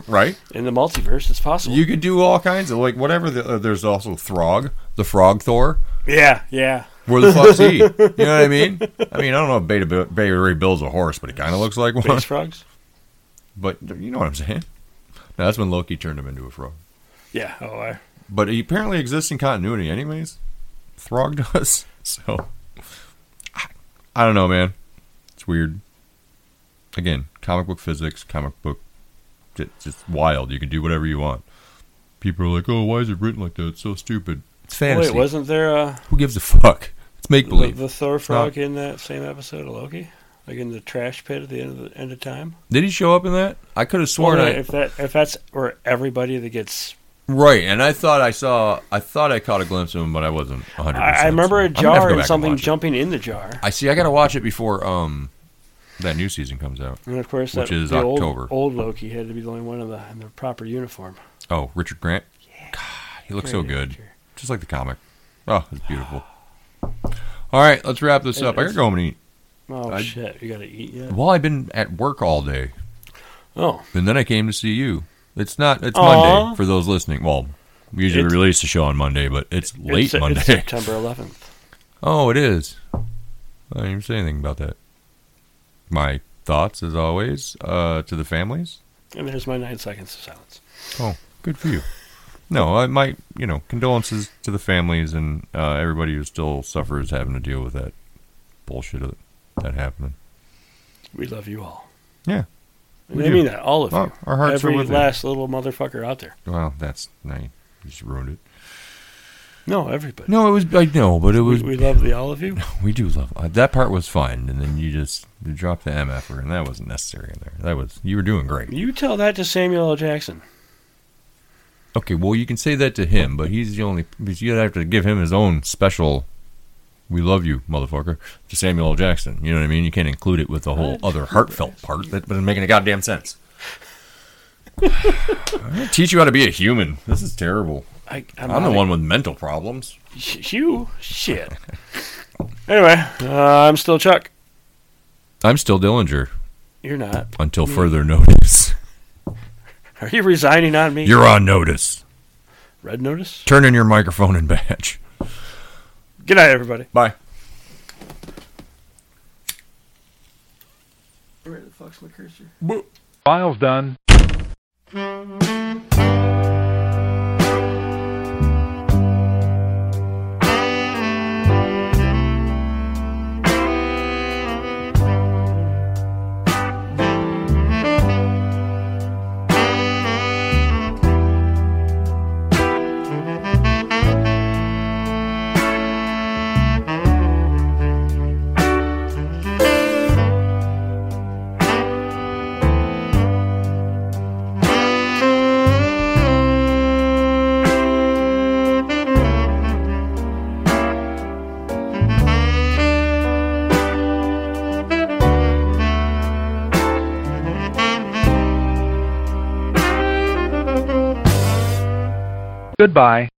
S6: right?
S7: in the multiverse. It's possible.
S6: You could do all kinds of like whatever. The, uh, there's also Throg, the Frog Thor.
S7: yeah, yeah.
S6: Where the fuck's he? You know what I mean? I mean, I don't know if Beta, Bill- Beta Ray Bill's a horse, but he kind of looks like one.
S7: Space frogs.
S6: But you know what I'm saying? Now that's when Loki turned him into a frog.
S7: Yeah. Oh, I,
S6: But he apparently exists in continuity, anyways. Throg does. So I- I don't know, man. It's weird. Again, comic book physics, comic book, it's just wild. You can do whatever you want. People are like, "Oh, why is it written like that? It's so stupid." It's fantasy.
S7: wait, wasn't there uh,
S6: Who gives a fuck? It's make
S7: the,
S6: believe.
S7: the Thor frog in that same episode of Loki? Like in the trash pit at the end of the end of time.
S6: Did he show up in that? I could have sworn
S7: Well,
S6: I
S7: if that if that's where everybody that gets
S6: Right, and I thought I saw, I thought I caught a glimpse of him, but I wasn't 100.
S7: I, I remember a jar and something jumping in the jar.
S6: I see. I gotta watch it before um that new season comes out.
S7: And of course,
S6: Which
S7: that,
S6: is
S7: the
S6: October.
S7: Old, old Loki had to be the only one in the, in the proper uniform.
S6: Oh, Richard Grant. God, he looks so
S7: Great
S6: good,
S7: actor.
S6: just like the comic. Oh, it's beautiful. All right, let's wrap this
S7: It
S6: up. I gotta
S7: is.
S6: go home and eat.
S7: Oh
S6: I-
S7: shit! You gotta eat yet?
S6: Well, I've been at work all day,
S7: Oh,
S6: and then I came to see you. It's not. It's
S7: Aw.
S6: Monday for those listening. Well, we usually
S7: It's-
S6: release the show on Monday, but it's late
S7: it's,
S6: Monday.
S7: It's September 11th.
S6: Oh, it is. I didn't even say anything about that. My thoughts, as always, uh, to the families.
S7: And there's my nine seconds of silence.
S6: Oh, good for you. No, I, my you know condolences to the families and uh, everybody who still suffers having to deal with that bullshit of that happening.
S7: We love you all.
S6: Yeah.
S7: And
S6: We
S7: I
S6: do.
S7: mean that all of
S6: Well,
S7: you.
S6: our hearts are
S7: Every
S6: with you.
S7: last little motherfucker out there.
S6: Well, that's now you just ruined it.
S7: No, everybody.
S6: No, it was I know, but it
S7: we,
S6: was
S7: we love the all of you.
S6: we do love uh, that part was fine, and then you just you dropped the mf'er, and that wasn't necessary in there. That was you were doing great.
S7: You tell that to Samuel L. Jackson.
S6: Okay, well, you can say that to him, but he's the only. because You'd have to give him his own special. We love you, motherfucker, to Samuel L. Jackson. You know what I mean? You can't include it with the whole other heartfelt part that doesn't make any goddamn sense. I'm gonna teach you how to be a human. This is terrible.
S7: I,
S6: I'm,
S7: I'm,
S6: the
S7: outta-
S6: one with mental problems.
S7: Sh- You shit. anyway, uh, I'm still Chuck.
S6: I'm still Dillinger
S7: You're not.
S6: until further notice.
S7: Are you resigning on me?
S6: You're on notice.
S7: Red notice.
S6: Turn in your microphone and badge.
S7: Good night, everybody.
S6: Bye.
S7: Where the fuck's my cursor?
S2: File's done. Goodbye.